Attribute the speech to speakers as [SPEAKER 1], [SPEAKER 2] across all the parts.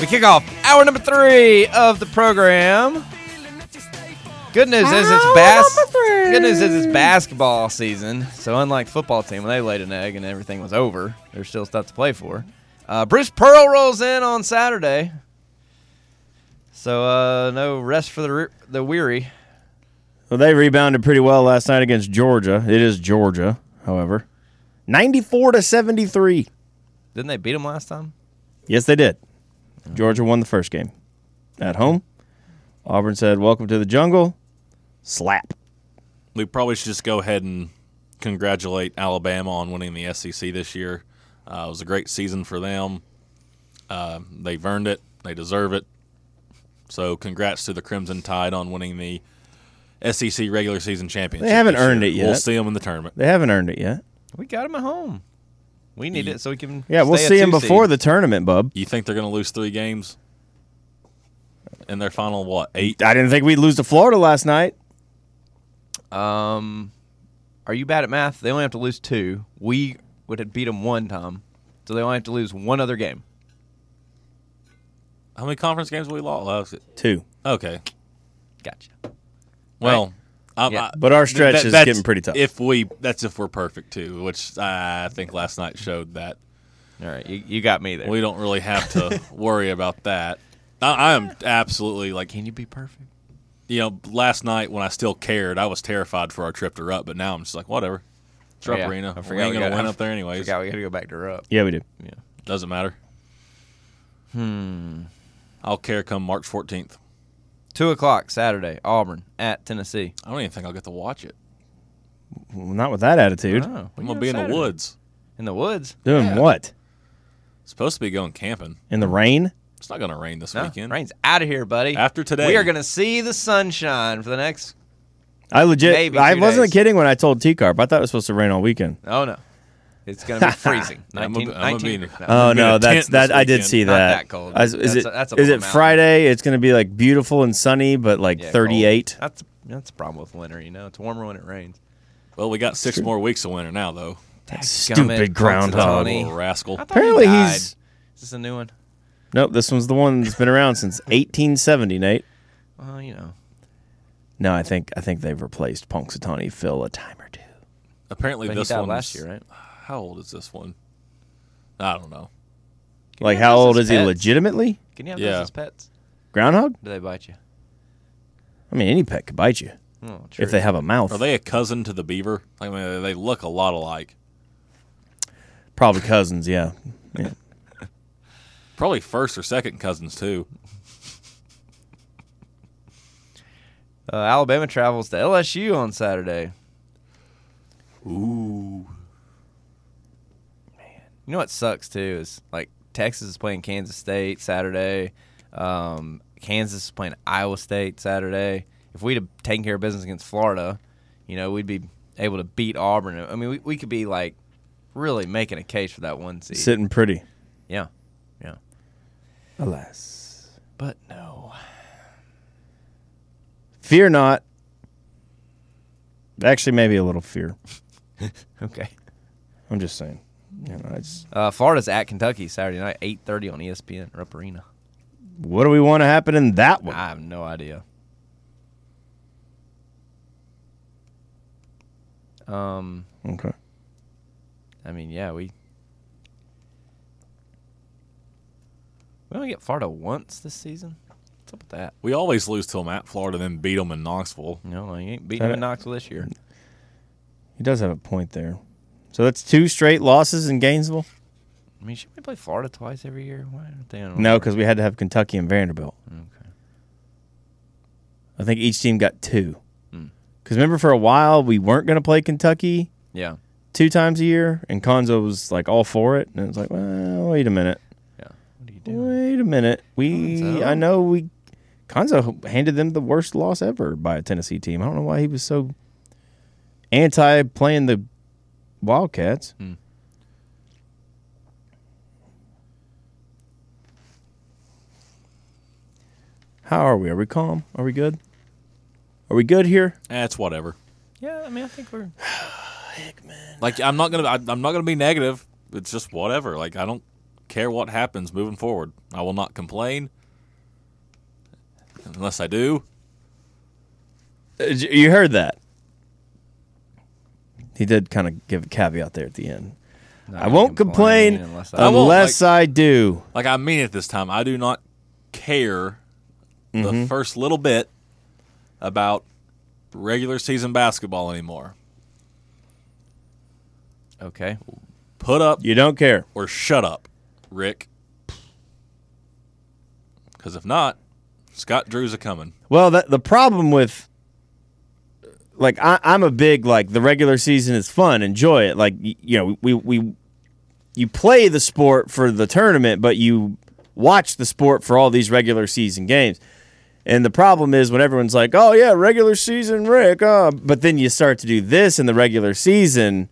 [SPEAKER 1] We kick off hour number three of the program. Good news is it's
[SPEAKER 2] Hour
[SPEAKER 1] bas-
[SPEAKER 2] number three.
[SPEAKER 1] Good news is it's basketball season. So unlike football team when they laid an egg and everything was over, there's still stuff to play for. Uh, Bruce Pearl rolls in on Saturday, so uh, no rest for the re- the weary.
[SPEAKER 2] Well, they rebounded pretty well last night against Georgia. It is Georgia, however, ninety-four to seventy-three.
[SPEAKER 1] Didn't they beat him last time?
[SPEAKER 2] Yes, they did. Georgia won the first game at home. Auburn said, "Welcome to the jungle." Slap.
[SPEAKER 3] we probably should just go ahead and congratulate Alabama on winning the SEC this year. Uh, it was a great season for them. Uh, they've earned it. They deserve it. So, congrats to the Crimson Tide on winning the SEC regular season championship.
[SPEAKER 2] They haven't
[SPEAKER 3] this year.
[SPEAKER 2] earned it yet.
[SPEAKER 3] We'll see them in the tournament.
[SPEAKER 2] They haven't earned it yet.
[SPEAKER 1] We got him at home. We need it so we can.
[SPEAKER 2] Yeah, we'll
[SPEAKER 1] stay a
[SPEAKER 2] see him
[SPEAKER 1] two
[SPEAKER 2] before
[SPEAKER 1] seed.
[SPEAKER 2] the tournament, bub.
[SPEAKER 3] You think they're going to lose three games in their final what eight?
[SPEAKER 2] I didn't think we'd lose to Florida last night.
[SPEAKER 1] Um, are you bad at math? They only have to lose two. We would have beat them one time, so they only have to lose one other game.
[SPEAKER 3] How many conference games will we lost?
[SPEAKER 2] Two.
[SPEAKER 3] Okay,
[SPEAKER 1] Gotcha.
[SPEAKER 3] well, I'm,
[SPEAKER 1] Yeah.
[SPEAKER 3] I-
[SPEAKER 2] But our
[SPEAKER 3] Th-
[SPEAKER 2] stretch
[SPEAKER 3] that-
[SPEAKER 2] is
[SPEAKER 3] that's
[SPEAKER 2] getting pretty tough.
[SPEAKER 3] If we, that's if we're perfect too, which I think last night showed that
[SPEAKER 1] All right, you, you got me there.
[SPEAKER 3] we don't really have to worry about that. I, I am absolutely like
[SPEAKER 1] Can you be perfect?
[SPEAKER 3] you know last night when I still cared, I was terrified for our trip to Rupp, but now I'm just like whatever. It's Rupp
[SPEAKER 1] Yeah,
[SPEAKER 3] Arena.
[SPEAKER 1] I
[SPEAKER 3] I
[SPEAKER 1] forgot
[SPEAKER 3] we ain't
[SPEAKER 1] we
[SPEAKER 3] gonna
[SPEAKER 1] got-
[SPEAKER 3] win
[SPEAKER 1] I
[SPEAKER 3] up there anyways.
[SPEAKER 1] Forgot we got to go back to Rupp.
[SPEAKER 2] Yeah, we do.
[SPEAKER 1] Yeah.
[SPEAKER 3] Doesn't matter. Hmm. I'll care come March 14th.
[SPEAKER 1] Two o'clock Saturday, Auburn at Tennessee.
[SPEAKER 3] I don't even think I'll get to watch it.
[SPEAKER 2] Well, not with that attitude.
[SPEAKER 1] Oh,
[SPEAKER 3] I'm gonna be in the woods.
[SPEAKER 1] In the woods.
[SPEAKER 2] Doing what?
[SPEAKER 3] Supposed to be going camping.
[SPEAKER 2] In the rain?
[SPEAKER 3] It's not gonna rain this
[SPEAKER 1] No,
[SPEAKER 3] weekend.
[SPEAKER 1] rain's out of here, buddy.
[SPEAKER 3] After today.
[SPEAKER 1] we are gonna see the sunshine for the next.
[SPEAKER 2] I legit.
[SPEAKER 1] Maybe
[SPEAKER 2] I
[SPEAKER 1] two
[SPEAKER 2] wasn't
[SPEAKER 1] days.
[SPEAKER 2] kidding when I told T Carp. I thought it was supposed to rain all weekend.
[SPEAKER 1] Oh no, it's gonna be freezing.
[SPEAKER 3] I'm
[SPEAKER 1] 19,
[SPEAKER 3] a- I'm a Uh,
[SPEAKER 1] 19
[SPEAKER 3] beater.
[SPEAKER 1] No.
[SPEAKER 2] Oh
[SPEAKER 3] gonna
[SPEAKER 2] no,
[SPEAKER 3] tent
[SPEAKER 2] that's
[SPEAKER 3] this
[SPEAKER 2] that. I did
[SPEAKER 3] weekend.
[SPEAKER 2] see
[SPEAKER 1] Not
[SPEAKER 2] that.
[SPEAKER 1] that cold.
[SPEAKER 2] I was- is
[SPEAKER 1] That's
[SPEAKER 2] it
[SPEAKER 1] a- that's a
[SPEAKER 2] is it
[SPEAKER 1] mountain.
[SPEAKER 2] Friday? It's going to be like beautiful and sunny, but like
[SPEAKER 1] Yeah, cold.
[SPEAKER 2] 38.
[SPEAKER 1] That's that's the problem with winter. You know, it's warmer when it rains.
[SPEAKER 3] Well, we got six more weeks of winter now, though.
[SPEAKER 2] That
[SPEAKER 1] Dadgummit,
[SPEAKER 2] stupid groundhog.
[SPEAKER 1] Punxsutawney.
[SPEAKER 3] Little rascal.
[SPEAKER 1] I thought
[SPEAKER 2] Apparently
[SPEAKER 1] he died.
[SPEAKER 2] he's-
[SPEAKER 1] Is this a new one?
[SPEAKER 2] Nope, this one's the one that's been around since 1870, Nate.
[SPEAKER 1] Well, you know.
[SPEAKER 2] No, I think I think they've replaced Punxsutawney Phil a time or two.
[SPEAKER 3] Apparently,
[SPEAKER 1] But he
[SPEAKER 3] this
[SPEAKER 1] died
[SPEAKER 3] one
[SPEAKER 1] last year, right?
[SPEAKER 3] How old is this one? I don't know.
[SPEAKER 2] Like,
[SPEAKER 1] have
[SPEAKER 2] how
[SPEAKER 1] those
[SPEAKER 2] old
[SPEAKER 1] as
[SPEAKER 2] is he
[SPEAKER 1] pets?
[SPEAKER 2] legitimately?
[SPEAKER 1] Can you have
[SPEAKER 3] Yeah.
[SPEAKER 1] those as pets?
[SPEAKER 2] Groundhog?
[SPEAKER 1] Do they bite you?
[SPEAKER 2] I mean, any pet could bite you
[SPEAKER 1] Oh, true.
[SPEAKER 2] if they have a mouth.
[SPEAKER 3] Are they a cousin to the beaver? I mean, they look a lot alike.
[SPEAKER 2] Probably cousins, yeah. yeah.
[SPEAKER 3] Probably first or second cousins too.
[SPEAKER 1] uh, Alabama travels to LSU on Saturday.
[SPEAKER 3] Ooh.
[SPEAKER 1] You know what sucks too is like Texas is playing Kansas State Saturday. Um, Kansas is playing Iowa State Saturday. If we'd have taken care of business against Florida, you know, we'd be able to beat Auburn. I mean, we, we could be like really making a case for that one seed.
[SPEAKER 2] Sitting pretty.
[SPEAKER 1] Yeah, yeah.
[SPEAKER 2] Alas.
[SPEAKER 1] But no,
[SPEAKER 2] Fear not. Actually, maybe a little fear.
[SPEAKER 1] okay.
[SPEAKER 2] I'm just saying. You know, it's,
[SPEAKER 1] Uh, Florida's at Kentucky Saturday night, eight thirty on E ESPN Rupp Arena.
[SPEAKER 2] what do we want to happen in that one?
[SPEAKER 1] I have no idea. Um,
[SPEAKER 2] Okay.
[SPEAKER 1] I mean, yeah, we we only get Florida once this season. What's up with that?
[SPEAKER 3] We always lose to them at Florida, then beat them in Knoxville.
[SPEAKER 1] No, no, you ain't beating them in Knoxville this year.
[SPEAKER 2] He does have a point there. So that's two straight losses in Gainesville?
[SPEAKER 1] I mean, should we play Florida twice every year? Why aren't they? On
[SPEAKER 2] No, because we had to have Kentucky and Vanderbilt.
[SPEAKER 1] Mm, Okay.
[SPEAKER 2] I think each team got two. Because remember, for a while, we weren't going to play Kentucky
[SPEAKER 1] Yeah.
[SPEAKER 2] two times a year, and Konzo was like all for it. And it was like, well, wait a minute.
[SPEAKER 1] Yeah. What do you do?
[SPEAKER 2] Wait a minute. We,
[SPEAKER 1] Konzo.
[SPEAKER 2] I know we, Konzo handed them the worst loss ever by a Tennessee team. I don't know why he was so anti playing the Wildcats. How are we? Are we calm? Are we good? Are we good here?
[SPEAKER 3] Eh, it's whatever.
[SPEAKER 1] Yeah, I mean, I think we're.
[SPEAKER 3] Like I'm not gonna, I, I'm not gonna be negative. It's just whatever. Like I don't care what happens moving forward. I will not complain unless I do.
[SPEAKER 2] Uh, j- You heard that. He did kind of give a caveat there at the end. I won't complain, unless, I,
[SPEAKER 3] I won't,
[SPEAKER 2] do.
[SPEAKER 3] Like I mean it this time. I do not care
[SPEAKER 2] Mm-hmm.
[SPEAKER 3] the first little bit about regular season basketball anymore.
[SPEAKER 1] Okay.
[SPEAKER 3] Put up
[SPEAKER 2] You don't care.
[SPEAKER 3] or shut up, Rick. Because if not, Scott Drew's a coming.
[SPEAKER 2] Well, that, the problem with like I, I'm a big like the regular season is fun, enjoy it. Like y- you know, we we you play the sport for the tournament, but you watch the sport for all these regular season games. And the problem is when everyone's like, "Oh yeah, regular season, Rick," uh, but then you start to do this in the regular season.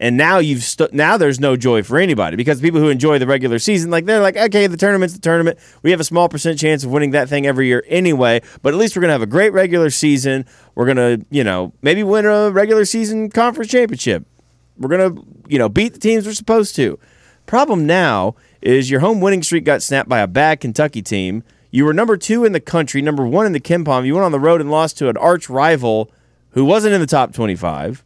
[SPEAKER 2] And now you've st- now there's no joy for anybody because people who enjoy the regular season, like they're like, okay, the tournament's the tournament. We have a small percent chance of winning that thing every year anyway. But at least we're gonna have a great regular season. We're gonna, you know, maybe win a regular season conference championship. We're gonna, you know, beat the teams we're supposed to. Problem now is your home winning streak got snapped by a bad Kentucky team. You were number two in the country, number one in the Kempom. You went on the road and lost to an arch rival who wasn't in the top twenty-five.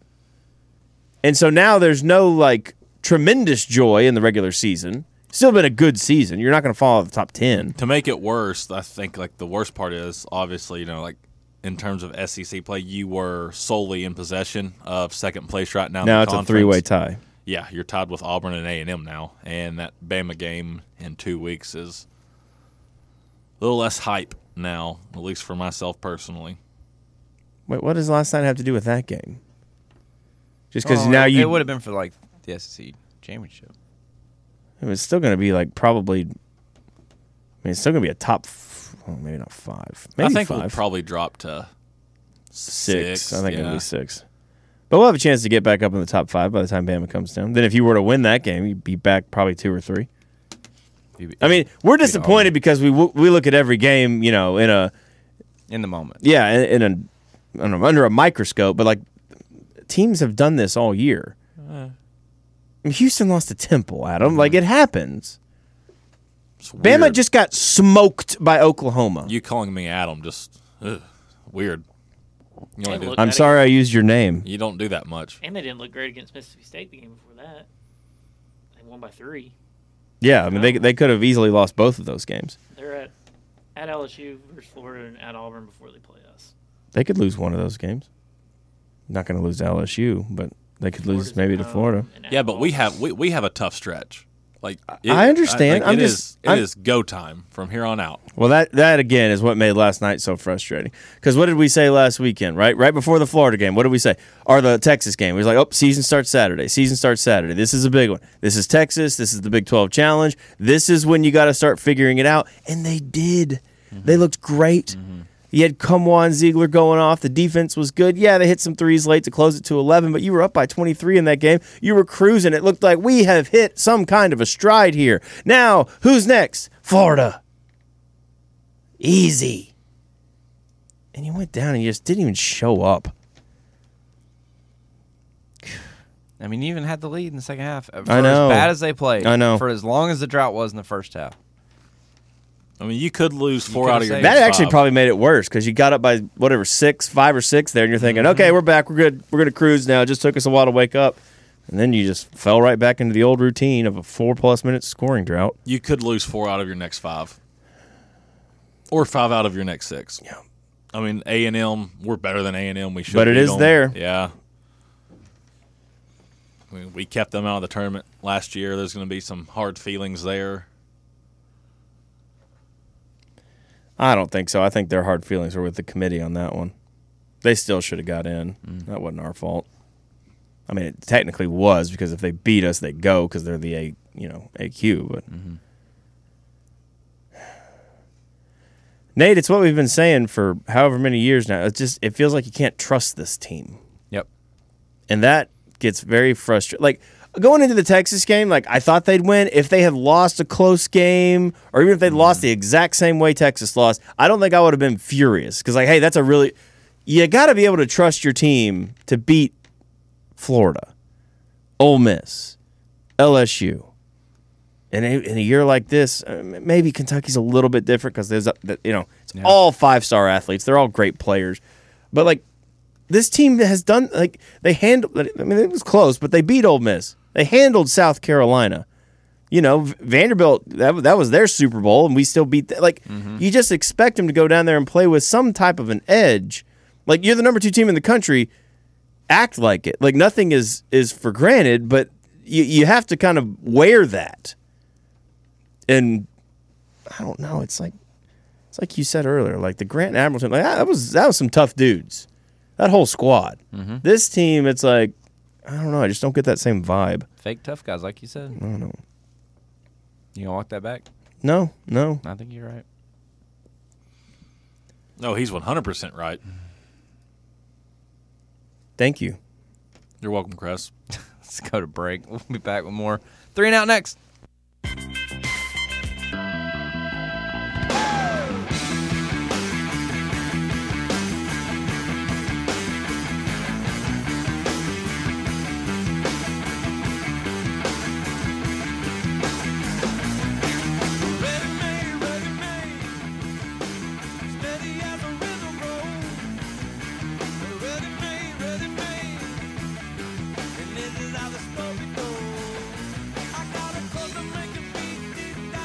[SPEAKER 2] And so now there's no like tremendous joy in the regular season. Still been a good season. You're not going to fall out of the top 10.
[SPEAKER 3] To make it worse, I think like the worst part is obviously you know like in terms of SEC play, you were solely in possession of second place right now. in
[SPEAKER 2] Now
[SPEAKER 3] the
[SPEAKER 2] it's a
[SPEAKER 3] conference.
[SPEAKER 2] three way tie.
[SPEAKER 3] yeah, you're tied with Auburn and A and M now, and that Bama game in two weeks is a little less hype now, at least for myself personally.
[SPEAKER 2] Wait, what does last night have to do with that game? Just because
[SPEAKER 1] Well,
[SPEAKER 3] Oh,
[SPEAKER 2] now
[SPEAKER 1] it-
[SPEAKER 2] you.
[SPEAKER 1] it would have been for like the SEC championship.
[SPEAKER 2] It was still going to be like probably. I mean, it's still going to be a top. f- Well, maybe not five. Maybe
[SPEAKER 3] I think
[SPEAKER 2] five.
[SPEAKER 3] we'll probably drop to
[SPEAKER 2] six.
[SPEAKER 3] six.
[SPEAKER 2] I think it'll
[SPEAKER 3] yeah.
[SPEAKER 2] be six. But we'll have a chance to get back up in the top five by the time Bama comes down. Then if you were to win that game, you'd be back probably two or three. I mean, we're disappointed because we w- we look at every game, you know, in a
[SPEAKER 1] in the moment.
[SPEAKER 2] yeah, in, in a I don't know, under a microscope, but like teams have done this all year.
[SPEAKER 3] Uh.
[SPEAKER 2] I mean, Houston lost to Temple, Adam. Like it happens.
[SPEAKER 3] It's
[SPEAKER 2] Bama
[SPEAKER 3] Mm-hmm. weird.
[SPEAKER 2] just got smoked by Oklahoma.
[SPEAKER 3] you calling me Adam just ugh, weird. You
[SPEAKER 4] Hey,
[SPEAKER 3] don't, do,
[SPEAKER 4] look.
[SPEAKER 2] I'm sorry I used your name.
[SPEAKER 3] you don't do that much.
[SPEAKER 4] And they didn't look great against Mississippi State the game before that. They won by three.
[SPEAKER 2] Yeah, I mean they they could have easily lost both of those games.
[SPEAKER 4] They're at at LSU versus Florida and at Auburn before they play us.
[SPEAKER 2] They could lose one of those games. Not going to lose to LSU, but they could lose
[SPEAKER 4] Florida's
[SPEAKER 2] maybe
[SPEAKER 4] at
[SPEAKER 2] to
[SPEAKER 4] home
[SPEAKER 2] Florida.
[SPEAKER 4] and at
[SPEAKER 3] Yeah, but we
[SPEAKER 4] Auburn.
[SPEAKER 3] have we, we have a tough stretch. Like it-
[SPEAKER 2] I understand.
[SPEAKER 3] like,
[SPEAKER 2] I'm
[SPEAKER 3] it
[SPEAKER 2] just-
[SPEAKER 3] is- it
[SPEAKER 2] I'm-
[SPEAKER 3] is go time from here on out.
[SPEAKER 2] Well, that that again is what made last night so frustrating. Because what did we say last weekend? Right, right before the Florida game, what did we say? Or the Texas game? We was like, oh, season starts Saturday. Season starts Saturday. This is a big one. This is Texas. This is the Big Twelve Challenge. This is when you got to start figuring it out. And they did. They looked great. You had Kumwan Ziegler going off. The defense was good. Yeah, they hit some threes late to close it to 11, but you were up by 23 in that game. You were cruising. It looked like we have hit some kind of a stride here. Now, who's next? Florida easy. And you went down and you just didn't even show up.
[SPEAKER 1] I mean, you even had the lead in the second half. uh, For
[SPEAKER 2] know.
[SPEAKER 1] As bad as they played.
[SPEAKER 2] I know.
[SPEAKER 1] For as long as the drought was in the first half.
[SPEAKER 3] I mean, you could lose four
[SPEAKER 1] could've
[SPEAKER 3] out of your
[SPEAKER 1] saved
[SPEAKER 2] That
[SPEAKER 3] next
[SPEAKER 2] actually
[SPEAKER 3] five.
[SPEAKER 2] probably made it worse because you got up by whatever six, five or six there, and you're thinking, okay, we're back, we're good, we're gonna cruise now. It just took us a while to wake up, and then you just fell right back into the old routine of a four plus minute scoring drought.
[SPEAKER 3] you could lose four out of your next five, or five out of your next six.
[SPEAKER 2] Yeah.
[SPEAKER 3] I mean, A and M, we're better than A and M. We should,
[SPEAKER 2] But it
[SPEAKER 3] beat
[SPEAKER 2] is
[SPEAKER 3] them.
[SPEAKER 2] there.
[SPEAKER 3] Yeah. I mean, we kept them out of the tournament last year. There's going to be some hard feelings there.
[SPEAKER 2] I don't think so. I think their hard feelings were with the committee on that one. They still should have got in. That wasn't our fault. I mean, it technically was because if they beat us, they go because they're the A, you know, AQ. But Nate, it's what we've been saying for however many years now. It just it feels like you can't trust this team
[SPEAKER 1] Yep.
[SPEAKER 2] and that gets very frustrating. Like going into the Texas game, like I thought they'd win if they had lost a close game, or even if they would lost the exact same way Texas lost. I don't think I would have been furious because, like, hey, that's a really you got to be able to trust your team to beat Florida, Ole Miss, LSU, And in in a year like this, uh, m- maybe Kentucky's a little bit different because there's, a, the- you know, it's
[SPEAKER 1] Yeah.
[SPEAKER 2] all five star athletes. They're all great players, but like this team has done like they handled. I mean, it was close, but they beat Ole Miss. They handled South Carolina. You know, V- Vanderbilt that wa- that was their Super Bowl, and we still beat. That. Like you just expect them to go down there and play with some type of an edge. Like you're the number two team in the country act like it. Like nothing is is for granted, but you you have to kind of wear that. And I don't know. It's like it's like you said earlier. Like the Grant and Appleton. Like that was that was some tough dudes. That whole squad. This team, it's like I don't know. I just don't get that same vibe.
[SPEAKER 1] Fake tough guys, like you said.
[SPEAKER 2] I don't know.
[SPEAKER 1] You gonna walk that back?
[SPEAKER 2] No, no.
[SPEAKER 1] I think you're right.
[SPEAKER 3] No, he's 100% right.
[SPEAKER 2] Thank you.
[SPEAKER 3] You're welcome, Chris.
[SPEAKER 1] Let's go to break. We'll be back with more. Three and out next.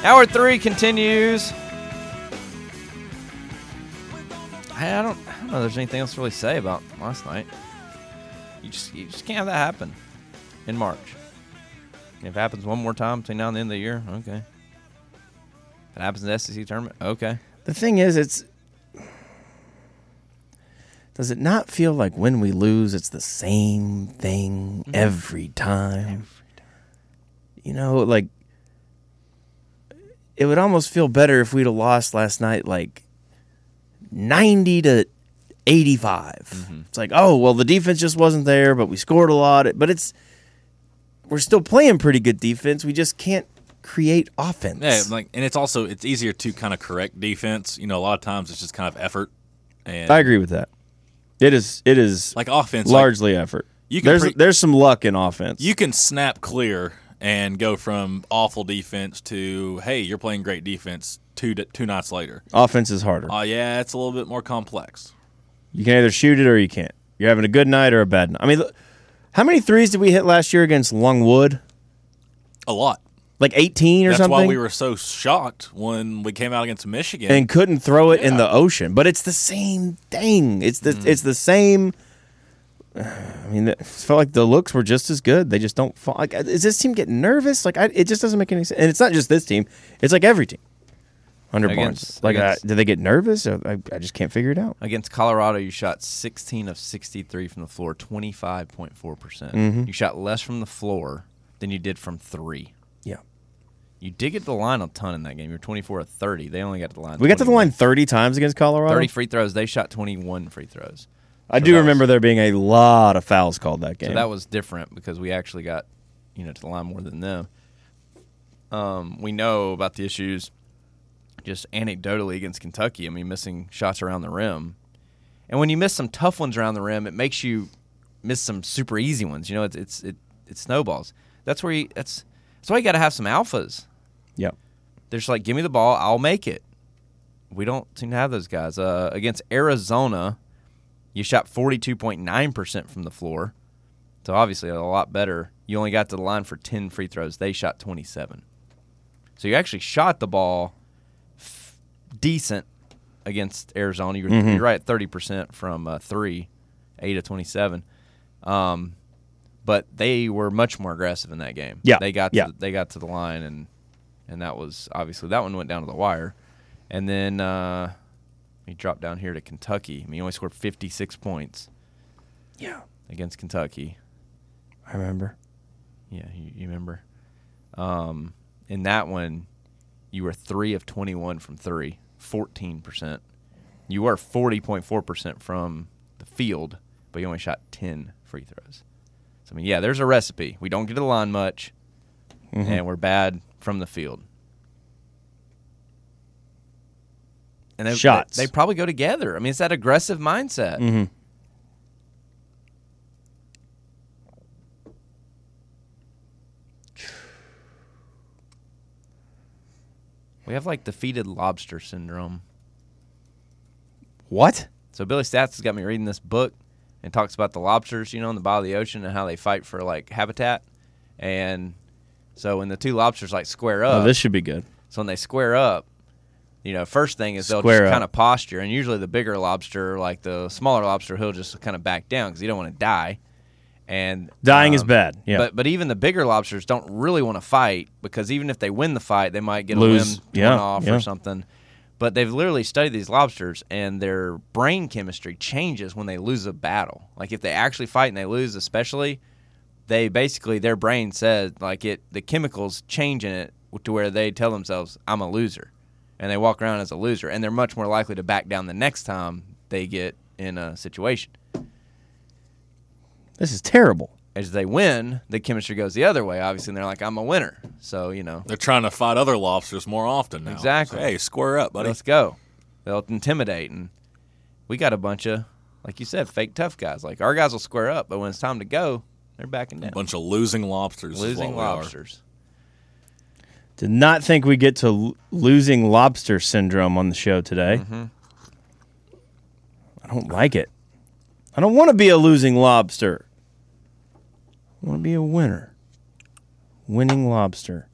[SPEAKER 1] Hour three continues. Hey, I don't, I don't know. If there's anything else to really say about last night. You just, you just can't have that happen in March. And if it happens one more time between now and the end of the year, okay. If it happens in the SEC tournament, okay.
[SPEAKER 2] The thing is, it's does it not feel like when we lose, it's the same thing Mm-hmm. every time? You know, like it would almost feel better if we'd have lost last night, like ninety to eighty-five. It's like, oh well, the defense just wasn't there, but we scored a lot. But it's we're still playing pretty good defense. We just can't create offense.
[SPEAKER 3] Yeah, like, and it's also it's easier to kind of correct defense. You know, a lot of times it's just kind of effort. And
[SPEAKER 2] I agree with that. It is it is
[SPEAKER 3] Like offense, like,
[SPEAKER 2] largely effort.
[SPEAKER 3] You can
[SPEAKER 2] there's
[SPEAKER 3] pre-
[SPEAKER 2] there's some luck in offense.
[SPEAKER 3] you can snap clear and go from awful defense to hey, you're playing great defense two two nights later.
[SPEAKER 2] offense is harder.
[SPEAKER 3] Oh yeah, it's a little bit more complex.
[SPEAKER 2] You can either shoot it or you can't. You're having a good night or a bad night. I mean, look, how many threes did we hit last year against Longwood?
[SPEAKER 3] A lot.
[SPEAKER 2] Like 18 or
[SPEAKER 3] That's
[SPEAKER 2] something.
[SPEAKER 3] why we were so shocked when we came out against Michigan.
[SPEAKER 2] and couldn't throw it in the ocean. But it's the same thing. It's
[SPEAKER 1] Mm.
[SPEAKER 2] the it's the same. I mean, it felt like the looks were just as good. They just don't fall. Like, uh, is this team getting nervous? Like, I, it just doesn't make any sense. And it's not just this team. It's like every team. Under Barnes,
[SPEAKER 1] Against-
[SPEAKER 2] like, uh,
[SPEAKER 1] against-
[SPEAKER 2] do they get nervous? Or I, I just can't figure it out.
[SPEAKER 1] Against Colorado, you shot 16 of 63 from the floor, 25.4%. percent
[SPEAKER 2] Mm-hmm.
[SPEAKER 1] You shot less from the floor than you did from three.
[SPEAKER 2] Yeah,
[SPEAKER 1] You did get to the line a ton in that game. You're 24 of 30. They only got to the line.
[SPEAKER 2] we got to the
[SPEAKER 1] 21.
[SPEAKER 2] line thirty times against Colorado.
[SPEAKER 1] 30 free throws. They shot 21 free throws.
[SPEAKER 2] I
[SPEAKER 1] So
[SPEAKER 2] do
[SPEAKER 1] that was-
[SPEAKER 2] remember there being a lot of fouls called that game.
[SPEAKER 1] So that was different because we actually got, you know, to the line more than them. Um, we know about the issues just anecdotally against Kentucky. I mean, missing shots around the rim. And when you miss some tough ones around the rim, it makes you miss some super easy ones. You know, it's it's it, it snowballs. That's where you that's that's why you gotta have some alphas.
[SPEAKER 2] yep.
[SPEAKER 1] They're just like, give me the ball, I'll make it. We don't seem to have those guys. Uh, against Arizona, you shot 42.9% from the floor. So obviously a lot better. You only got to the line for 10 free throws. They shot 27. So you actually shot the ball f- decent against Arizona. You're,
[SPEAKER 2] Mm-hmm.
[SPEAKER 1] you're right at 30% from uh, three, 8 of 27. Um, but they were much more aggressive in that game.
[SPEAKER 2] Yeah,
[SPEAKER 1] They got
[SPEAKER 2] yeah.
[SPEAKER 1] to, they got to the line and and that was obviously that one went down to the wire. And then uh, he dropped down here to Kentucky. I mean, he only scored 56 points
[SPEAKER 2] Yeah,
[SPEAKER 1] against Kentucky.
[SPEAKER 2] I remember.
[SPEAKER 1] Yeah, you, you remember. Um, in that one, you were three of 21 from three, 14%. You were 40.4% from the field, but you only shot 10 free throws. So, I mean, yeah, there's a recipe. We don't get to the line much, and we're bad from the field. And they,
[SPEAKER 2] Shots. Mm.
[SPEAKER 1] They, probably go together. I mean, it's that aggressive mindset.
[SPEAKER 2] Mm-hmm.
[SPEAKER 1] We have like defeated lobster syndrome.
[SPEAKER 2] What?
[SPEAKER 1] So Billy Stats has got me reading this book and talks about the lobsters, you know, in the bottom of the ocean and how they fight for like habitat. And so when the two lobsters like square up,
[SPEAKER 2] oh, this should be good.
[SPEAKER 1] so when they square up, you know, first thing is they'll
[SPEAKER 2] Square
[SPEAKER 1] just
[SPEAKER 2] up.
[SPEAKER 1] kind of posture, and usually the bigger lobster, like the smaller lobster, he'll just kind of back down because he don't want to die. And
[SPEAKER 2] Dying is
[SPEAKER 1] um,
[SPEAKER 2] bad. Yeah.
[SPEAKER 1] But but even the bigger lobsters don't really want to fight because even if they win the fight, they might get
[SPEAKER 2] Lose.
[SPEAKER 1] a limb
[SPEAKER 2] Yeah,
[SPEAKER 1] torn off
[SPEAKER 2] yeah.
[SPEAKER 1] or something. But they've literally studied these lobsters, and their brain chemistry changes when they lose a battle. Like if they actually fight and they lose, especially, they basically their brain says like it the chemicals change in it to where they tell themselves I'm a loser, and they walk around as a loser, and they're much more likely to back down the next time they get in a situation.
[SPEAKER 2] this is terrible.
[SPEAKER 1] As they win, the chemistry goes the other way, obviously, and they're like, I'm a winner. So, you know,
[SPEAKER 3] They're trying to fight other lobsters more often now.
[SPEAKER 1] Exactly.
[SPEAKER 3] Say, hey, square up, buddy.
[SPEAKER 1] let's go. They'll intimidate, and we got a bunch of, like you said, fake tough guys. Like our guys will square up, but when it's time to go, they're backing down.
[SPEAKER 3] bunch of losing lobsters. is
[SPEAKER 1] Losing
[SPEAKER 3] what we are.
[SPEAKER 1] lobsters.
[SPEAKER 2] Did not think we get to l- losing lobster syndrome on the show today. I don't like it. I don't want to be a losing lobster. I want to be a winner. Winning lobster.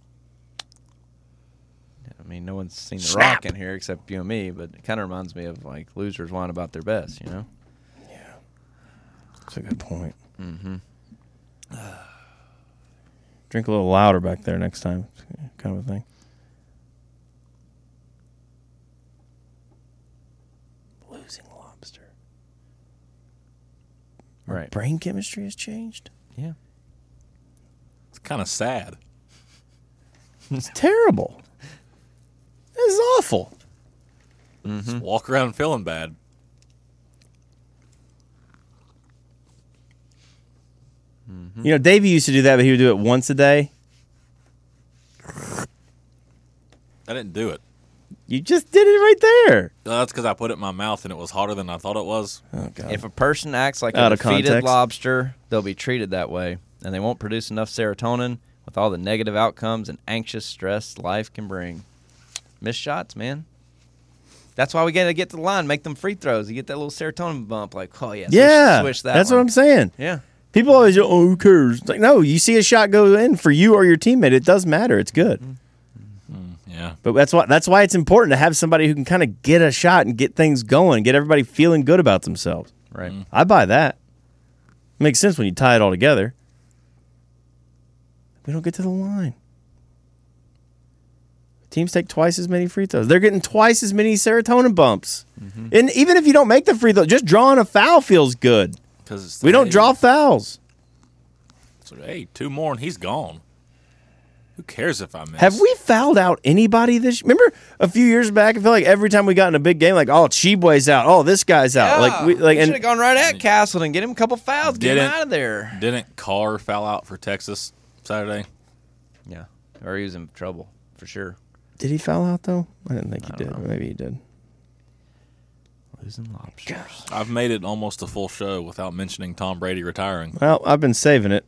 [SPEAKER 1] I mean, no one's seen the
[SPEAKER 2] Snap.
[SPEAKER 1] rock in here except you and me, but it kind of reminds me of like losers whine about their best, you know?
[SPEAKER 2] That's a good point. Mm-hmm. Drink a little louder back there next time, kind of a thing. Losing lobster.
[SPEAKER 1] Right.
[SPEAKER 2] Brain chemistry has changed.
[SPEAKER 1] Yeah.
[SPEAKER 3] It's kind of sad.
[SPEAKER 2] It's terrible. This is awful.
[SPEAKER 3] Just
[SPEAKER 1] Hmm.
[SPEAKER 3] walk around feeling bad.
[SPEAKER 2] You know, Davey used to do that, but he would do it once a day.
[SPEAKER 3] I didn't do it.
[SPEAKER 2] You just did it right there.
[SPEAKER 3] Uh, That's because I put it in my mouth and it was hotter than I thought it was.
[SPEAKER 2] Oh god.
[SPEAKER 1] If a person acts like
[SPEAKER 2] Out
[SPEAKER 1] a
[SPEAKER 2] of
[SPEAKER 1] defeated
[SPEAKER 2] context.
[SPEAKER 1] lobster, they'll be treated that way, and they won't produce enough serotonin with all the negative outcomes and anxious stress life can bring. Missed shots, man. That's why we gotta get to the line, make them free throws. You get that little serotonin bump, like, oh yeah, swish-
[SPEAKER 2] yeah,
[SPEAKER 1] swish that.
[SPEAKER 2] that's what
[SPEAKER 1] one.
[SPEAKER 2] I'm saying.
[SPEAKER 1] Yeah,
[SPEAKER 2] People always, go, oh, who cares? It's like, no, you see a shot go in for you or your teammate. It does matter. It's good.
[SPEAKER 1] Mm-hmm.
[SPEAKER 3] Yeah.
[SPEAKER 2] But that's why that's why it's important to have somebody who can kind of get a shot and get things going, get everybody feeling good about themselves.
[SPEAKER 1] right.
[SPEAKER 2] I buy that. Makes sense when you tie it all together. We don't get to the line. Teams take twice as many free throws. They're getting twice as many serotonin bumps.
[SPEAKER 1] Mm-hmm.
[SPEAKER 2] And even if you don't make the free throw, just drawing a foul feels good.
[SPEAKER 3] Because it's
[SPEAKER 2] We don't
[SPEAKER 3] hey,
[SPEAKER 2] draw fouls.
[SPEAKER 3] so, hey, two more and he's gone. Who cares if I miss?
[SPEAKER 2] Have we fouled out anybody this? Remember a few years back, I feel like every time we got in a big game, like oh Chibwe's out, oh this guy's out, like we like
[SPEAKER 1] should have
[SPEAKER 2] and
[SPEAKER 1] Ah, gone right at Castle and get him a couple fouls, get him
[SPEAKER 3] Didn't.
[SPEAKER 1] out of there.
[SPEAKER 3] Didn't Carr foul out for Texas Saturday?
[SPEAKER 1] Yeah, or he was in trouble for sure.
[SPEAKER 2] did he foul out though? I didn't think he
[SPEAKER 1] I
[SPEAKER 2] did.
[SPEAKER 1] don't know.
[SPEAKER 2] Maybe he did.
[SPEAKER 1] Losing lobsters.
[SPEAKER 3] I've made it almost a full show without mentioning Tom Brady retiring.
[SPEAKER 2] Well, I've been saving it.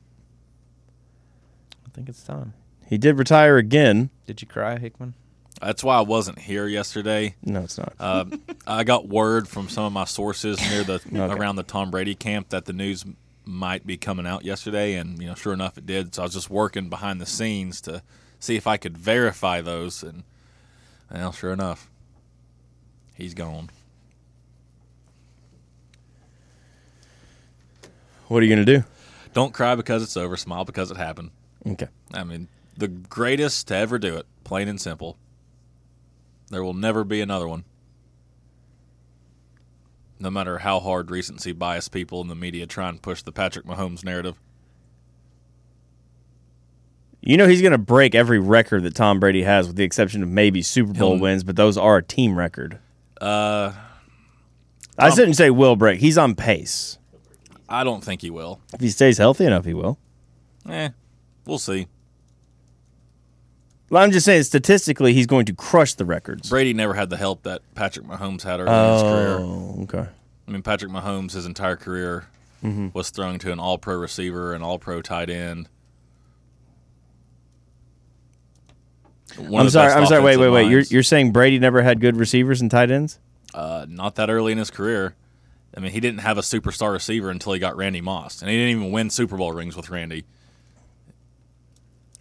[SPEAKER 1] I think it's time.
[SPEAKER 2] He did retire again.
[SPEAKER 1] Did you cry, Hickman?
[SPEAKER 3] That's why I wasn't here yesterday.
[SPEAKER 2] No, it's not.
[SPEAKER 3] Uh, I got word from some of my sources near the around the Tom Brady camp that the news might be coming out yesterday, and you know, sure enough, it did. So I was just working behind the scenes to see if I could verify those, and well, sure enough, he's gone.
[SPEAKER 2] what are you gonna do?
[SPEAKER 3] Don't cry because it's over. Smile because it happened.
[SPEAKER 2] Okay.
[SPEAKER 3] I mean, the greatest to ever do it, plain and simple. There will never be another one. No matter how hard recency bias people in the media try and push the Patrick Mahomes narrative.
[SPEAKER 2] You know he's gonna break every record that Tom Brady has, with the exception of maybe Super Bowl
[SPEAKER 3] He'll-
[SPEAKER 2] wins, but those are a team record.
[SPEAKER 3] Uh,
[SPEAKER 2] I shouldn't say will break. He's on pace.
[SPEAKER 3] I don't think he will.
[SPEAKER 2] If he stays healthy enough, he will.
[SPEAKER 3] Eh, we'll see.
[SPEAKER 2] Well, I'm just saying statistically, he's going to crush the records.
[SPEAKER 3] Brady never had the help that Patrick Mahomes had early in his career.
[SPEAKER 2] Oh, okay.
[SPEAKER 3] I mean, Patrick Mahomes, his entire career,
[SPEAKER 2] Mm-hmm.
[SPEAKER 3] was thrown to an all pro receiver, an all pro tight end.
[SPEAKER 2] I'm
[SPEAKER 3] One of the
[SPEAKER 2] sorry.
[SPEAKER 3] best
[SPEAKER 2] I'm sorry. Wait,
[SPEAKER 3] offensive
[SPEAKER 2] wait, wait. You're
[SPEAKER 3] minds.
[SPEAKER 2] you're saying Brady never had good receivers and tight ends?
[SPEAKER 3] uh, not that early in his career. I mean, he didn't have a superstar receiver until he got Randy Moss, and he didn't even win Super Bowl rings with Randy.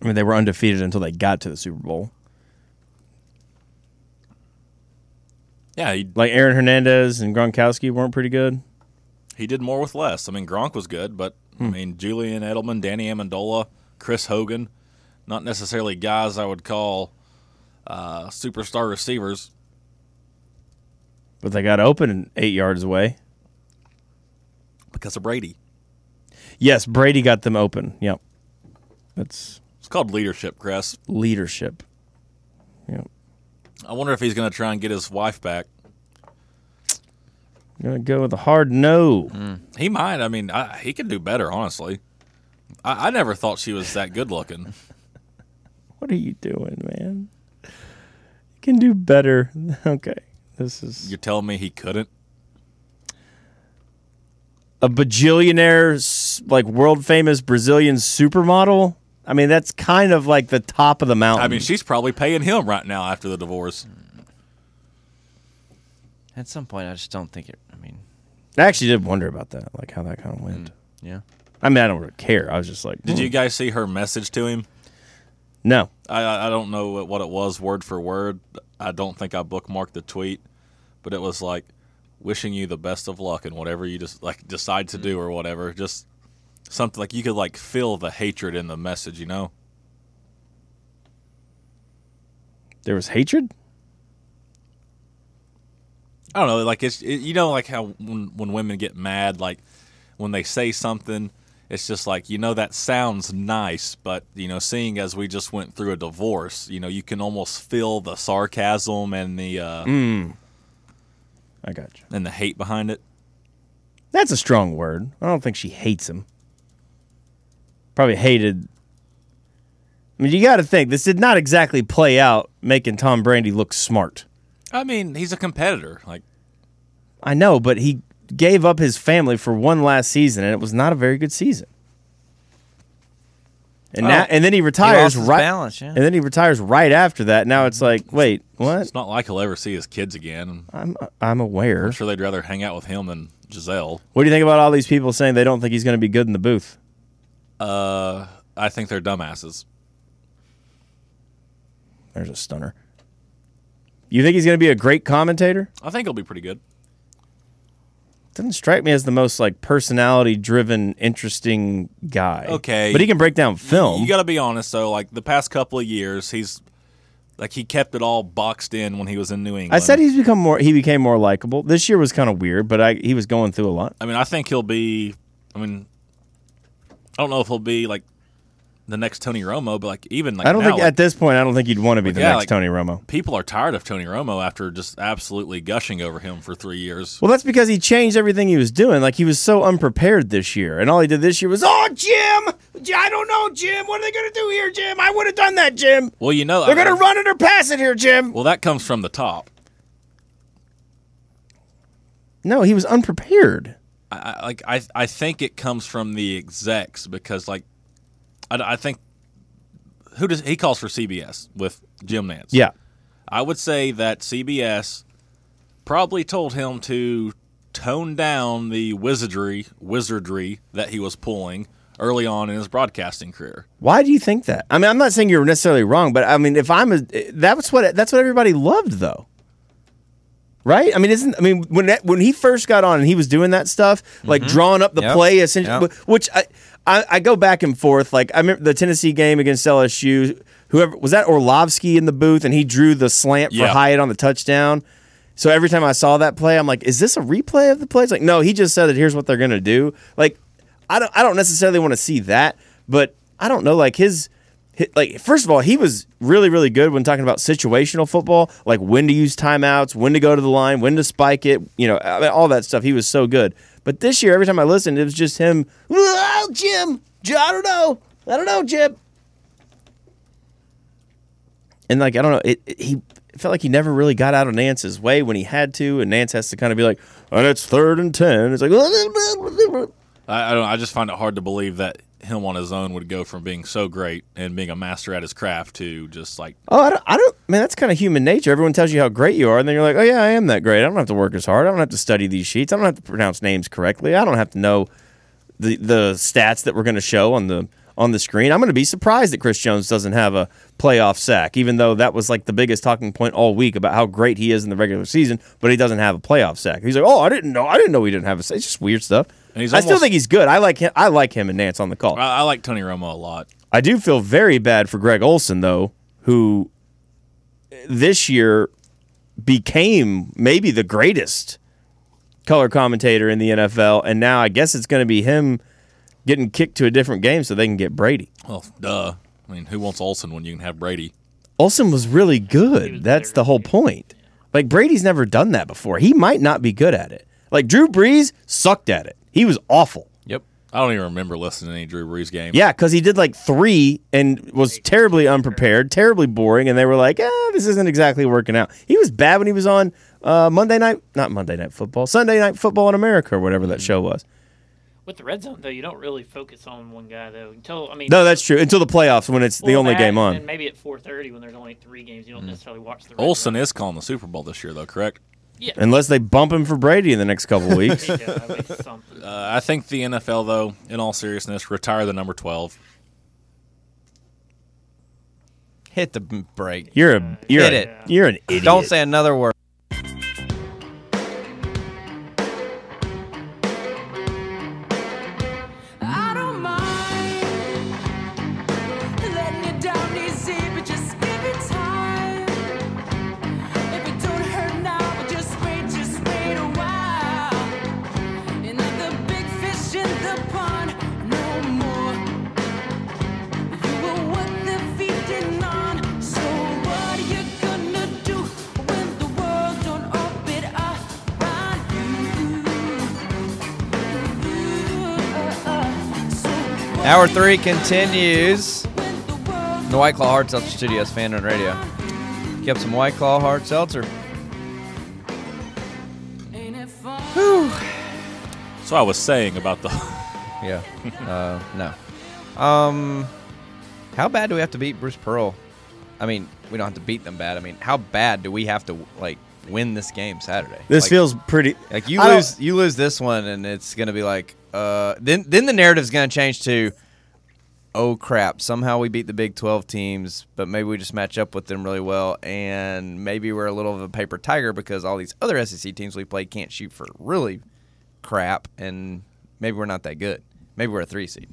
[SPEAKER 2] I mean, they were undefeated until they got to the Super Bowl.
[SPEAKER 3] Yeah, he,
[SPEAKER 2] Like Aaron Hernandez and Gronkowski weren't pretty good.
[SPEAKER 3] he did more with less. I mean, Gronk was good, but
[SPEAKER 2] Hmm.
[SPEAKER 3] I mean, Julian Edelman, Danny Amendola, Chris Hogan, not necessarily guys I would call uh, superstar receivers.
[SPEAKER 2] but they got open eight yards away.
[SPEAKER 3] because of Brady.
[SPEAKER 2] Yes, Brady got them open. Yep, that's
[SPEAKER 3] It's called leadership, Chris.
[SPEAKER 2] leadership. Yep,
[SPEAKER 3] I wonder if he's going to try and get his wife back.
[SPEAKER 2] I'm gonna go with a hard no.
[SPEAKER 3] He might. I mean, I, he could do better, honestly. I, I never thought she was that good looking.
[SPEAKER 2] What are you doing, man? You can do better. Okay, this is
[SPEAKER 3] You're telling me he couldn't?
[SPEAKER 2] a bajillionaire, s- like world famous Brazilian supermodel. I mean, that's kind of like the top of the mountain.
[SPEAKER 3] I mean, she's probably paying him right now after the divorce.
[SPEAKER 1] At some point, I just don't think it. I mean,
[SPEAKER 2] I actually did wonder about that, like how that kind of went.
[SPEAKER 1] yeah.
[SPEAKER 2] I mean, I don't really care. I was just like,
[SPEAKER 3] Mm. Did
[SPEAKER 2] hmm.
[SPEAKER 3] you guys see her message to him?
[SPEAKER 2] No,
[SPEAKER 3] I- I, I don't know what what it was word for word. I don't think I bookmarked the tweet, but it was like wishing you the best of luck in whatever you just like decide to do or whatever. Just something like you could like feel the hatred in the message, you know?
[SPEAKER 2] there was hatred.
[SPEAKER 3] I don't know, like it's it, you know, like how when, when women get mad, like when they say something, it's just like you know that sounds nice, but you know, seeing as we just went through a divorce, you know, you can almost feel the sarcasm and the uh,
[SPEAKER 2] Mm. I got you.
[SPEAKER 3] and the hate behind it.
[SPEAKER 2] That's a strong word. I don't think she hates him. Probably hated. I mean, you got to think this did not exactly play out making Tom Brady look smart.
[SPEAKER 3] I mean, he's a competitor. Like
[SPEAKER 2] I know, but he gave up his family for one last season, and it was not a very good season. And now,
[SPEAKER 1] Oh.
[SPEAKER 2] and then he
[SPEAKER 1] He
[SPEAKER 2] retires
[SPEAKER 1] lost his
[SPEAKER 2] right,
[SPEAKER 1] balance. Yeah.
[SPEAKER 2] and then he retires right after that. Now it's like, wait, what?
[SPEAKER 3] it's not like he'll ever see his kids again.
[SPEAKER 2] I'm I'm aware.
[SPEAKER 3] I'm sure they'd rather hang out with him than Giselle.
[SPEAKER 2] What do you think about all these people saying they don't think he's going to be good in the booth?
[SPEAKER 3] Uh, I think they're dumbasses.
[SPEAKER 2] There's a stunner. You think he's going to be a great commentator?
[SPEAKER 3] I think he'll be pretty good.
[SPEAKER 2] Doesn't strike me as the most like personality driven, interesting guy.
[SPEAKER 3] Okay.
[SPEAKER 2] but he can break down film.
[SPEAKER 3] You got to be honest though. Like the past couple of years, he's like he kept it all boxed in when he was in New England.
[SPEAKER 2] I said he's become more. He became more likable. This year was kind of weird, but I, he was going through a lot.
[SPEAKER 3] I mean, I think he'll be. I mean, I don't know if he'll be like the next Tony Romo, but like even like
[SPEAKER 2] I don't
[SPEAKER 3] now,
[SPEAKER 2] think
[SPEAKER 3] like,
[SPEAKER 2] at this point, I don't think you'd want to be the
[SPEAKER 3] yeah,
[SPEAKER 2] next
[SPEAKER 3] like-
[SPEAKER 2] Tony Romo.
[SPEAKER 3] people are tired of Tony Romo after just absolutely gushing over him for three years.
[SPEAKER 2] Well, that's because he changed everything he was doing. Like he was so unprepared this year, and all he did this year was, "Oh, Jim, J- I don't know, Jim. What are they going to do here, Jim? I would have done that, Jim.
[SPEAKER 3] Well, you know,
[SPEAKER 2] They're going to run it or pass it here, Jim."
[SPEAKER 3] Well, that comes from the top.
[SPEAKER 2] No, he was unprepared.
[SPEAKER 3] I- I, like I, I think it comes from the execs because like, I, I think who does he calls for CBS with Jim Nance?
[SPEAKER 2] Yeah,
[SPEAKER 3] I would say that CBS probably told him to tone down the wizardry wizardry that he was pulling early on in his broadcasting career.
[SPEAKER 2] Why do you think that? I mean, I'm not saying you're necessarily wrong, but I mean, if I'm a, that's what that's what everybody loved though. Right? I mean, isn't I mean when that, when he first got on and he was doing that stuff, like drawing up the
[SPEAKER 1] Mm-hmm. Yep.
[SPEAKER 2] play, essentially,
[SPEAKER 1] Yep.
[SPEAKER 2] wh- which I, I I go back and forth. Like I remember the Tennessee game against LSU. Whoever was that Orlovsky in the booth, and he drew the slant for
[SPEAKER 3] Yeah.
[SPEAKER 2] Hyatt on the touchdown. So every time I saw that play, I'm like, is this a replay of the play? It's like, no, he just said that here's what they're gonna do. Like, I don't I don't necessarily want to see that, but I don't know, like his hi- like first of all, he was really, really good when talking about situational football, like when to use timeouts, when to go to the line, when to spike it, you know, I mean, all that stuff. He was so good. But this year, every time I listened, it was just him. Well, Jim, J- I don't know, I don't know, Jim. And like I don't know, it, it- he it felt like he never really got out of Nance's way when he had to, and Nance has to kind of be like, "Oh, "And it's third and ten. It's like,
[SPEAKER 3] I, I don't. I just find it hard to believe that him on his own would go from being so great and being a master at his craft to just like
[SPEAKER 2] Oh, I don't, I don't man, that's kind of human nature. Everyone tells you how great you are, and then you're like, oh, yeah, I am that great. I don't have to work as hard. I don't have to study these sheets. I don't have to pronounce names correctly. I don't have to know the, the stats that we're going to show on the on the screen. I'm going to be surprised that Chris Jones doesn't have a playoff sack, even though that was like the biggest talking point all week about how great he is in the regular season, but he doesn't have a playoff sack. He's like, oh, I didn't know. I didn't know he didn't have a sack. It's just weird stuff.
[SPEAKER 3] And he's
[SPEAKER 2] I still
[SPEAKER 3] almost-
[SPEAKER 2] think he's good. I like him. I like him and Nance on the call.
[SPEAKER 3] I, I like Tony Romo a lot.
[SPEAKER 2] I do feel very bad for Greg Olson though, who this year became maybe the greatest color commentator in the NFL, and now I guess it's going to be him getting kicked to a different game so they can get Brady.
[SPEAKER 3] Well, duh. I mean, who wants Olson when you can have Brady?
[SPEAKER 2] Olson was really good.
[SPEAKER 4] He was
[SPEAKER 2] That's
[SPEAKER 4] better
[SPEAKER 2] the
[SPEAKER 4] than
[SPEAKER 2] whole
[SPEAKER 4] Brady.
[SPEAKER 2] point. Like Brady's never done that before. He might not be good at it. Like Drew Brees sucked at it. He was awful.
[SPEAKER 1] Yep.
[SPEAKER 3] I don't even remember listening to any Drew Brees game.
[SPEAKER 2] Yeah, because he did like three and was terribly unprepared, terribly boring, and they were like, "Ah, this isn't exactly working out." He was bad when he was on uh, Monday night, not Monday night football, Sunday night football in America or whatever that show was.
[SPEAKER 4] With the red zone though, you don't really focus on one guy though. Until I mean,
[SPEAKER 2] No, that's true. Until the playoffs when it's the
[SPEAKER 4] well,
[SPEAKER 2] only
[SPEAKER 4] that,
[SPEAKER 2] game
[SPEAKER 4] And
[SPEAKER 2] on.
[SPEAKER 4] maybe at 4:30 when there's only three games, you don't necessarily watch the. red
[SPEAKER 3] Olson
[SPEAKER 4] zone.
[SPEAKER 3] Mm-hmm. is calling the Super Bowl this year, though, correct?
[SPEAKER 2] Unless they bump him for Brady in the next couple weeks.
[SPEAKER 4] There you go, at least something.
[SPEAKER 3] Uh, I think the NFL, though, in all seriousness, retire the number 12.
[SPEAKER 1] Hit the b- brake.
[SPEAKER 2] You're a you're
[SPEAKER 1] Hit it.
[SPEAKER 2] a, you're an idiot.
[SPEAKER 1] Don't say another word.
[SPEAKER 5] I don't mind letting you down easy, but just give it time. If it don't hurt now, but just wait, just wait a while. And let the big fish in the pond no more. You were what they're feeding on. So what are you gonna do when the world don't open up around you? So
[SPEAKER 1] Hour three continues.
[SPEAKER 5] when the world
[SPEAKER 1] The White Claw Hard Seltzer Studios, fan and radio. Get some White Claw Hard Seltzer.
[SPEAKER 5] ain't it fun?
[SPEAKER 3] So I was saying about the.
[SPEAKER 1] Yeah. Uh, no. Um, how bad do we have to beat Bruce Pearl? I mean, we don't have to beat them bad. I mean, how bad do we have to like win this game Saturday?
[SPEAKER 2] This
[SPEAKER 1] Like-
[SPEAKER 2] feels pretty.
[SPEAKER 1] like you
[SPEAKER 2] I don't-
[SPEAKER 1] lose you lose this one, and it's gonna be like uh, then then the narrative's gonna change to oh crap somehow we beat the Big Twelve teams, but maybe we just match up with them really well, and maybe we're a little of a paper tiger because all these other SEC teams we play can't shoot for really crap, and maybe we're not that good. Maybe we're a three seed.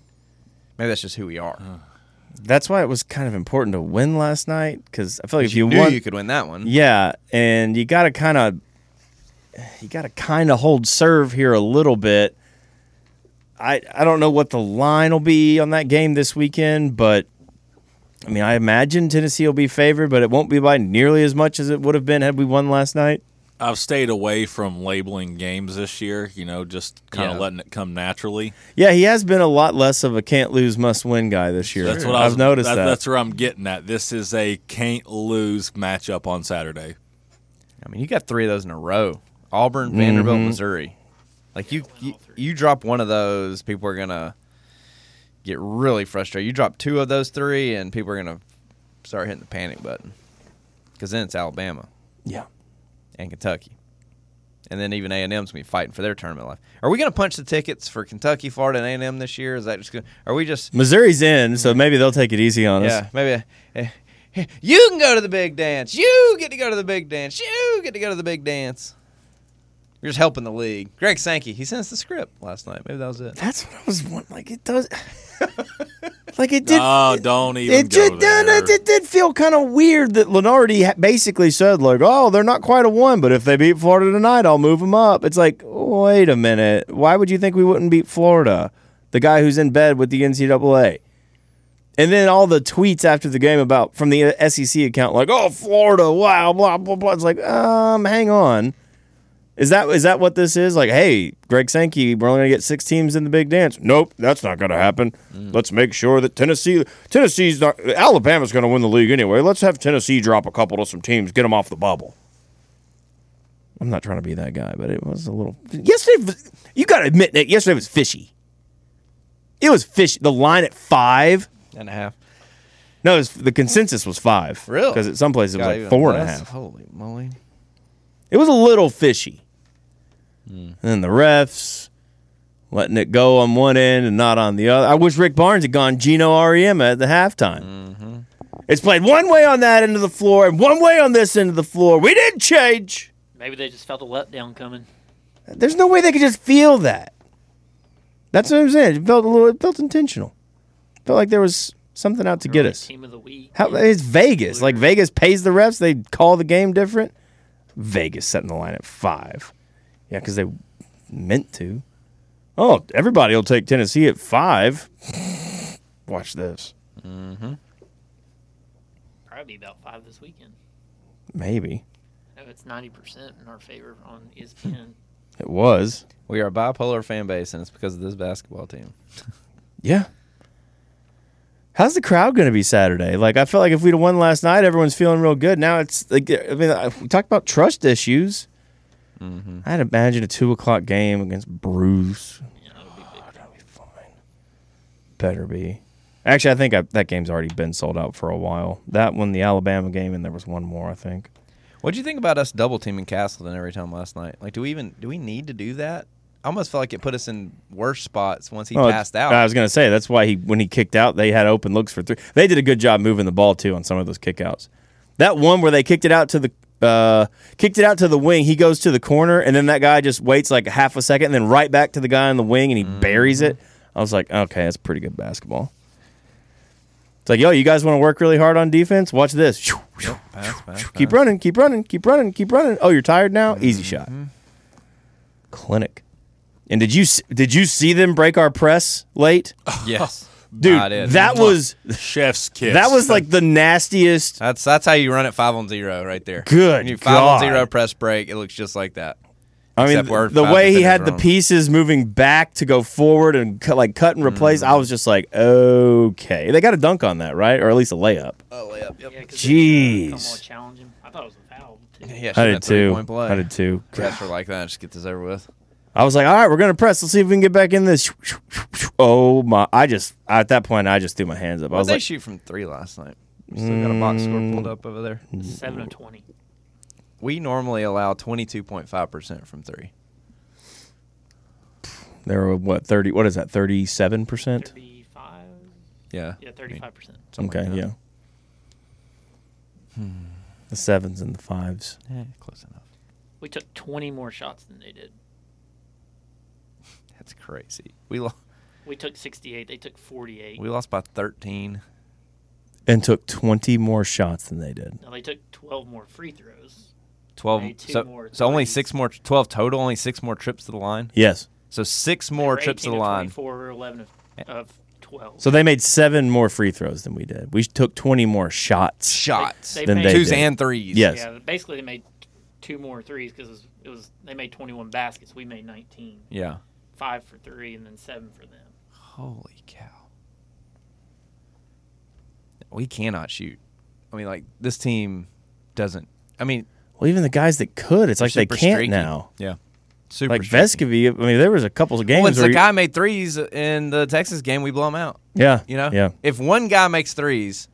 [SPEAKER 1] Maybe that's just who we are.
[SPEAKER 2] Uh, That's why it was kind of important to win last night because I feel like if you,
[SPEAKER 1] you knew
[SPEAKER 2] won,
[SPEAKER 1] you could win that one.
[SPEAKER 2] Yeah, and you got to kind of you got to kind of hold serve here a little bit. I I don't know what the line will be on that game this weekend, but I mean, I imagine Tennessee will be favored, but it won't be by nearly as much as it would have been had we won last night.
[SPEAKER 3] I've stayed away from labeling games this year, you know, just kind of
[SPEAKER 1] Yeah.
[SPEAKER 3] letting it come naturally.
[SPEAKER 2] Yeah, he has been a lot less of a can't lose, must win guy this year.
[SPEAKER 3] That's what I was,
[SPEAKER 2] have noticed. That,
[SPEAKER 3] That's where I'm getting at. This is a can't lose matchup on Saturday.
[SPEAKER 1] I mean, you got three of those in a row: Auburn, Vanderbilt, Missouri. Like you, you, you drop one of those, people are gonna get really frustrated. You drop two of those three, and people are gonna start hitting the panic button. Because then it's Alabama
[SPEAKER 2] yeah.
[SPEAKER 1] and Kentucky, and then even A and M's gonna be fighting for their tournament life. Are we gonna punch the tickets for Kentucky, Florida, and A and M this year? Is that just gonna? Are we just?
[SPEAKER 2] Missouri's in, so maybe they'll take it easy on us.
[SPEAKER 1] Yeah, maybe. eh, eh, You can go to the big dance. You get to go to the big dance. You get to go to the big dance. You're just helping the league. Greg Sankey, he sent us the script last night. Maybe that was it.
[SPEAKER 2] That's what I was wondering. Like it does. like it did.
[SPEAKER 3] oh, don't even
[SPEAKER 2] it
[SPEAKER 3] go
[SPEAKER 2] did,
[SPEAKER 3] there.
[SPEAKER 2] did- it did feel kind of weird that Lenardi ha- basically said like, "Oh, they're not quite a one, but if they beat Florida tonight, I'll move them up." It's like, wait a minute, why would you think we wouldn't beat Florida? The guy who's in bed with the NCAA, and then all the tweets after the game about from the uh, SEC account like, "Oh, Florida, wow, blah blah blah." It's like, um, hang on. Is that is that what this is? Like, hey, Greg Sankey, we're only gonna get six teams in the Big Dance. Nope, that's not gonna happen.
[SPEAKER 3] Mm.
[SPEAKER 2] Let's make sure that Tennessee, Tennessee's not, Alabama's gonna win the league anyway. Let's have Tennessee drop a couple to some teams, get them off the bubble. I'm not trying to be that guy, but it was a little. Yesterday, was- you gotta admit, Nick. Yesterday was fishy. It was fish. The line at five.
[SPEAKER 1] and a half.
[SPEAKER 2] No, it was, the consensus was five.
[SPEAKER 1] Really?
[SPEAKER 2] Because at some places it was
[SPEAKER 1] God,
[SPEAKER 2] like
[SPEAKER 1] even
[SPEAKER 2] four and a
[SPEAKER 1] less?
[SPEAKER 2] half.
[SPEAKER 1] Holy moly!
[SPEAKER 2] It was a little fishy. And then the refs letting it go on one end and not on the other. I wish Rick Barnes had gone Gino REM at the halftime. It's played one way on that end of the floor and one way on this end of the floor. We didn't change.
[SPEAKER 4] Maybe they just felt a letdown coming.
[SPEAKER 2] There's no way they could just feel that. That's what I'm saying. It felt a little. It felt intentional. It felt like there was something out to get us.
[SPEAKER 4] Team of the week.
[SPEAKER 2] How
[SPEAKER 4] Yeah.
[SPEAKER 2] it's Vegas. Like Vegas pays the refs. They call the game different. Vegas setting the line at five. Yeah, because they meant to. Oh, everybody will take Tennessee at five. Watch this.
[SPEAKER 4] probably about five this weekend.
[SPEAKER 2] Maybe
[SPEAKER 4] No, it's ninety percent in our favor on E ESPN.
[SPEAKER 2] it was.
[SPEAKER 1] We are a bipolar fan base, and it's because of this basketball team.
[SPEAKER 2] Yeah. How's the crowd going to be Saturday? Like, I felt like if we'd have won last night, everyone's feeling real good. Now it's like, I mean, I, we talked about trust issues. I'd imagine a two o'clock game against Bruce.
[SPEAKER 4] You know, it'll be big.
[SPEAKER 2] That'll be fine. Better be. Actually, I think I, that game's already been sold out for a while. That one, the Alabama game, and there was one more, I think.
[SPEAKER 1] What'd you think about us double teaming Castleton every time last night? Like, do we even do we need to do that? I almost felt like it put us in worse spots once he
[SPEAKER 2] Oh,
[SPEAKER 1] passed out.
[SPEAKER 2] I was gonna say that's why he when he kicked out, they had open looks for three. They did a good job moving the ball too on some of those kickouts. That one where they kicked it out to the uh, kicked it out to the wing, he goes to the corner, and then that guy just waits like half a second, and then right back to the guy on the wing, and
[SPEAKER 1] Mm-hmm.
[SPEAKER 2] he buries it. I was like, okay, that's pretty good basketball. It's like, yo, you guys want to work really hard on defense? Watch this.
[SPEAKER 1] Pass, pass,
[SPEAKER 2] Keep
[SPEAKER 1] pass.
[SPEAKER 2] running, keep running, keep running, keep running. Oh, you're tired now? Easy shot.
[SPEAKER 1] Mm-hmm.
[SPEAKER 2] Clinic. And did you s- did you see them break our press late?
[SPEAKER 1] Yes,
[SPEAKER 2] Dude,
[SPEAKER 1] I did.
[SPEAKER 2] that was
[SPEAKER 3] Chef's kiss.
[SPEAKER 2] that was like the nastiest.
[SPEAKER 1] That's that's how you run it five on zero right there.
[SPEAKER 2] Good
[SPEAKER 1] When you five on
[SPEAKER 2] God.
[SPEAKER 1] zero press break, it looks just like that.
[SPEAKER 2] I mean,
[SPEAKER 1] except where
[SPEAKER 2] the
[SPEAKER 1] five
[SPEAKER 2] way he had
[SPEAKER 1] defenders
[SPEAKER 2] the
[SPEAKER 1] were on.
[SPEAKER 2] pieces moving back to go forward and cut, like cut and replace.
[SPEAKER 1] Mm-hmm.
[SPEAKER 2] I was just like, okay, they got a dunk on that, right, or at least a layup.
[SPEAKER 1] Oh, layup. Yep.
[SPEAKER 4] Yeah, 'cause they, uh, Come
[SPEAKER 2] Jeez.
[SPEAKER 4] on, challenge him. I thought it was a foul. Too.
[SPEAKER 1] Yeah,
[SPEAKER 2] I
[SPEAKER 1] shouldn't
[SPEAKER 2] did
[SPEAKER 1] that three-point
[SPEAKER 2] too.
[SPEAKER 1] Play.
[SPEAKER 2] I did too.
[SPEAKER 1] Refs were like that. Just get this over with.
[SPEAKER 2] I was like, all right, we're gonna press. Let's see if we can get back in this. Oh my! I just at that point, I just threw my hands up. I
[SPEAKER 1] Well,
[SPEAKER 2] was
[SPEAKER 1] they
[SPEAKER 2] like,
[SPEAKER 1] shoot from three last night. We still got a box score pulled up over there.
[SPEAKER 2] Mm.
[SPEAKER 4] Seven of twenty.
[SPEAKER 1] We normally allow twenty two point five percent from three.
[SPEAKER 2] they were what thirty? What is that? Thirty-seven percent.
[SPEAKER 4] Thirty-five.
[SPEAKER 1] Yeah.
[SPEAKER 4] Yeah, thirty-five percent.
[SPEAKER 1] Something
[SPEAKER 2] Okay,
[SPEAKER 1] like that. Hmm.
[SPEAKER 2] yeah. The sevens and the fives.
[SPEAKER 1] Eh, close enough.
[SPEAKER 4] We took twenty more shots than they did.
[SPEAKER 1] That's crazy. We lost.
[SPEAKER 4] We took sixty-eight. They took forty-eight.
[SPEAKER 1] We lost by thirteen.
[SPEAKER 2] and took 20 more shots than they did.
[SPEAKER 4] now they took twelve more free throws.
[SPEAKER 1] 12
[SPEAKER 4] Only two
[SPEAKER 1] so,
[SPEAKER 4] more
[SPEAKER 1] so only
[SPEAKER 4] threes.
[SPEAKER 1] six more 12 total only six more trips to the line
[SPEAKER 2] Yes.
[SPEAKER 1] so six more
[SPEAKER 4] They were
[SPEAKER 1] trips to
[SPEAKER 4] 18
[SPEAKER 1] the line
[SPEAKER 4] Twenty-four, or eleven of, of twelve.
[SPEAKER 2] So they made seven more free throws than we did. We took 20 more shots.
[SPEAKER 1] shots
[SPEAKER 4] They-
[SPEAKER 2] than
[SPEAKER 4] made-
[SPEAKER 2] they
[SPEAKER 1] twos
[SPEAKER 2] did.
[SPEAKER 1] and threes
[SPEAKER 2] Yes.
[SPEAKER 4] Yeah, basically they made t- two more threes because it was, it was they made 21 baskets. We made 19,
[SPEAKER 1] yeah
[SPEAKER 4] five for three, and then seven for them.
[SPEAKER 1] holy cow we cannot shoot i mean like this team doesn't i mean
[SPEAKER 2] Well, even the guys that could, it's like they
[SPEAKER 1] super
[SPEAKER 2] can't
[SPEAKER 1] streaky.
[SPEAKER 2] now.
[SPEAKER 1] yeah super
[SPEAKER 2] Like
[SPEAKER 1] streaky.
[SPEAKER 2] Vescovy, I mean, there was a couple of games
[SPEAKER 1] once
[SPEAKER 2] where
[SPEAKER 1] the
[SPEAKER 2] you-
[SPEAKER 1] guy made threes in the texas game we blow him out
[SPEAKER 2] yeah,
[SPEAKER 1] you know
[SPEAKER 2] yeah.
[SPEAKER 1] if one guy makes threes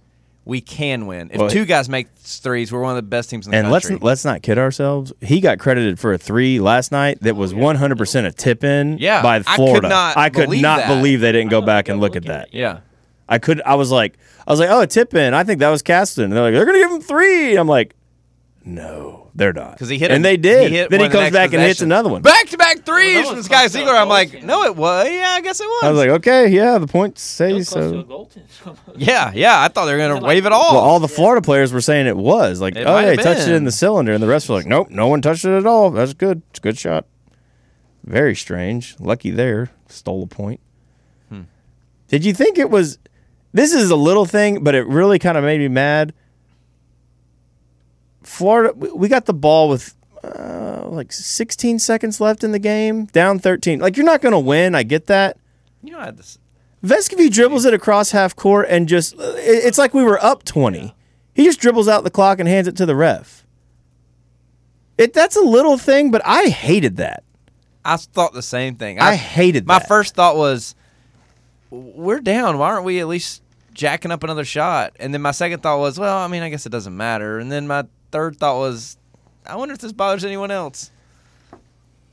[SPEAKER 1] we can win if
[SPEAKER 2] Well,
[SPEAKER 1] two guys make threes we're one of the best teams in the
[SPEAKER 2] And let's
[SPEAKER 1] country
[SPEAKER 2] let's not kid ourselves. He got credited for a three last night that was 100% a tip in
[SPEAKER 1] Oh, Yeah,
[SPEAKER 2] by
[SPEAKER 1] I could
[SPEAKER 2] Florida.
[SPEAKER 1] not
[SPEAKER 2] I could
[SPEAKER 1] believe
[SPEAKER 2] not
[SPEAKER 1] that.
[SPEAKER 2] believe they didn't
[SPEAKER 4] I
[SPEAKER 2] go
[SPEAKER 4] don't
[SPEAKER 2] back
[SPEAKER 4] think
[SPEAKER 2] and
[SPEAKER 4] I'll
[SPEAKER 2] look
[SPEAKER 4] look
[SPEAKER 2] at
[SPEAKER 4] at
[SPEAKER 2] that.
[SPEAKER 4] it.
[SPEAKER 1] yeah
[SPEAKER 2] I could. I was like, I was like, oh, a tip in. I think that was Castleton. And they're like, they're gonna give him three. And I'm like, no, they're not.
[SPEAKER 1] 'Cause he hit
[SPEAKER 2] and
[SPEAKER 1] him-
[SPEAKER 2] they did.
[SPEAKER 1] he hit
[SPEAKER 2] then he
[SPEAKER 1] one the
[SPEAKER 2] comes
[SPEAKER 1] next
[SPEAKER 2] back and hits
[SPEAKER 1] possession.
[SPEAKER 2] another one.
[SPEAKER 1] Back to back threes
[SPEAKER 4] Well, that
[SPEAKER 1] from
[SPEAKER 4] was
[SPEAKER 1] Sky
[SPEAKER 4] close to a
[SPEAKER 1] Ziegler. I'm
[SPEAKER 4] goal,
[SPEAKER 1] like,
[SPEAKER 4] yeah.
[SPEAKER 1] no, it was. Yeah, I guess it was.
[SPEAKER 2] I was like, okay, yeah, the points
[SPEAKER 4] That
[SPEAKER 2] say
[SPEAKER 4] was close to a
[SPEAKER 2] so.
[SPEAKER 4] goal tennis almost.
[SPEAKER 1] yeah, yeah. I thought they were gonna
[SPEAKER 4] Is it
[SPEAKER 1] wave
[SPEAKER 4] like-
[SPEAKER 1] it off.
[SPEAKER 2] Well, all the Florida players were saying it was like,
[SPEAKER 1] It
[SPEAKER 2] oh,
[SPEAKER 1] might
[SPEAKER 2] they
[SPEAKER 1] have
[SPEAKER 2] touched it in
[SPEAKER 1] been.
[SPEAKER 2] the cylinder, and the rest were like, nope, no one touched it at all. That's good. It's a good shot. Very strange. Lucky there, stole a point.
[SPEAKER 1] Hmm.
[SPEAKER 2] Did you think it was? This is a little thing, but it really kind of made me mad. Florida, we- we got the ball with uh, like 16 seconds left in the game, down 13. Like you're not going to win. I get that.
[SPEAKER 1] you know, I had this.
[SPEAKER 2] Vescovy dribbles it across half court and just, uh, it- it's like we were up 20. He just dribbles out the clock and hands it to the ref. It, that's a little thing, but I hated that.
[SPEAKER 1] I thought the same thing.
[SPEAKER 2] I hated
[SPEAKER 1] My
[SPEAKER 2] that.
[SPEAKER 1] first thought was, we're down. Why aren't we at least jacking up another shot? And then my second thought was, well, I mean, I guess it doesn't matter. And then my third thought was, I wonder if this bothers anyone else.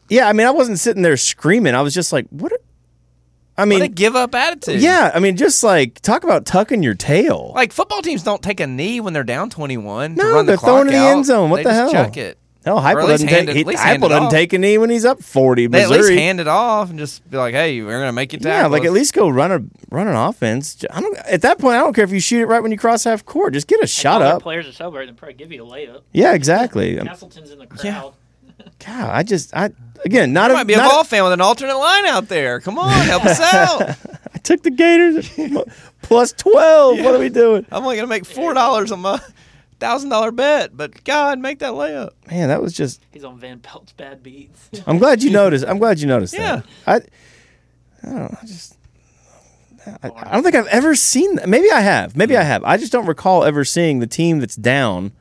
[SPEAKER 2] Yeah, I mean, I wasn't sitting there screaming. I was just like, what? Are, I
[SPEAKER 1] What
[SPEAKER 2] mean,
[SPEAKER 1] a give up attitude.
[SPEAKER 2] yeah, I mean, just like talk about tucking your tail.
[SPEAKER 1] Like football teams don't take a knee when they're down twenty one.
[SPEAKER 2] No,
[SPEAKER 1] to run
[SPEAKER 2] they're
[SPEAKER 1] the clock
[SPEAKER 2] throwing it in the
[SPEAKER 1] out.
[SPEAKER 2] end zone. What
[SPEAKER 1] They
[SPEAKER 2] the
[SPEAKER 1] just
[SPEAKER 2] hell?
[SPEAKER 1] Chuck it.
[SPEAKER 2] no,
[SPEAKER 1] or
[SPEAKER 2] Heupel
[SPEAKER 1] at least
[SPEAKER 2] doesn't
[SPEAKER 1] hand it-
[SPEAKER 2] take. He,
[SPEAKER 1] at least hand
[SPEAKER 2] Heupel
[SPEAKER 1] it
[SPEAKER 2] doesn't
[SPEAKER 1] off.
[SPEAKER 2] take a knee when he's up forty.
[SPEAKER 1] They at
[SPEAKER 2] Missouri.
[SPEAKER 1] least hand it off and just be like, "Hey, we're gonna make you
[SPEAKER 2] yeah,
[SPEAKER 1] tackle."
[SPEAKER 2] like
[SPEAKER 1] us."
[SPEAKER 2] at least go run a run an offense. J- I don't. At that point, I don't care if you shoot it right when you cross half court. Just get a shot
[SPEAKER 4] Other
[SPEAKER 2] up.
[SPEAKER 4] Players are celebrating. They'll probably give you a layup.
[SPEAKER 2] Yeah, exactly. Um,
[SPEAKER 4] Castleton's in the crowd.
[SPEAKER 1] Yeah.
[SPEAKER 2] God, Ah, I just I again not
[SPEAKER 1] There
[SPEAKER 2] a,
[SPEAKER 1] might be a
[SPEAKER 2] not a-
[SPEAKER 1] ball fan with an alternate line out there. Come on, help us out.
[SPEAKER 2] I took the Gators plus twelve. What are we doing?
[SPEAKER 1] I'm only gonna make four dollars on my thousand dollar bet, but God, make that layup.
[SPEAKER 2] Man, that was just.
[SPEAKER 4] He's on Van Pelt's bad beats.
[SPEAKER 2] I'm glad you noticed. I'm glad you noticed that. I, I don't know. I just. I, I don't think I've ever seen that. Maybe I have. Maybe I have. I just don't recall ever seeing the team that's down.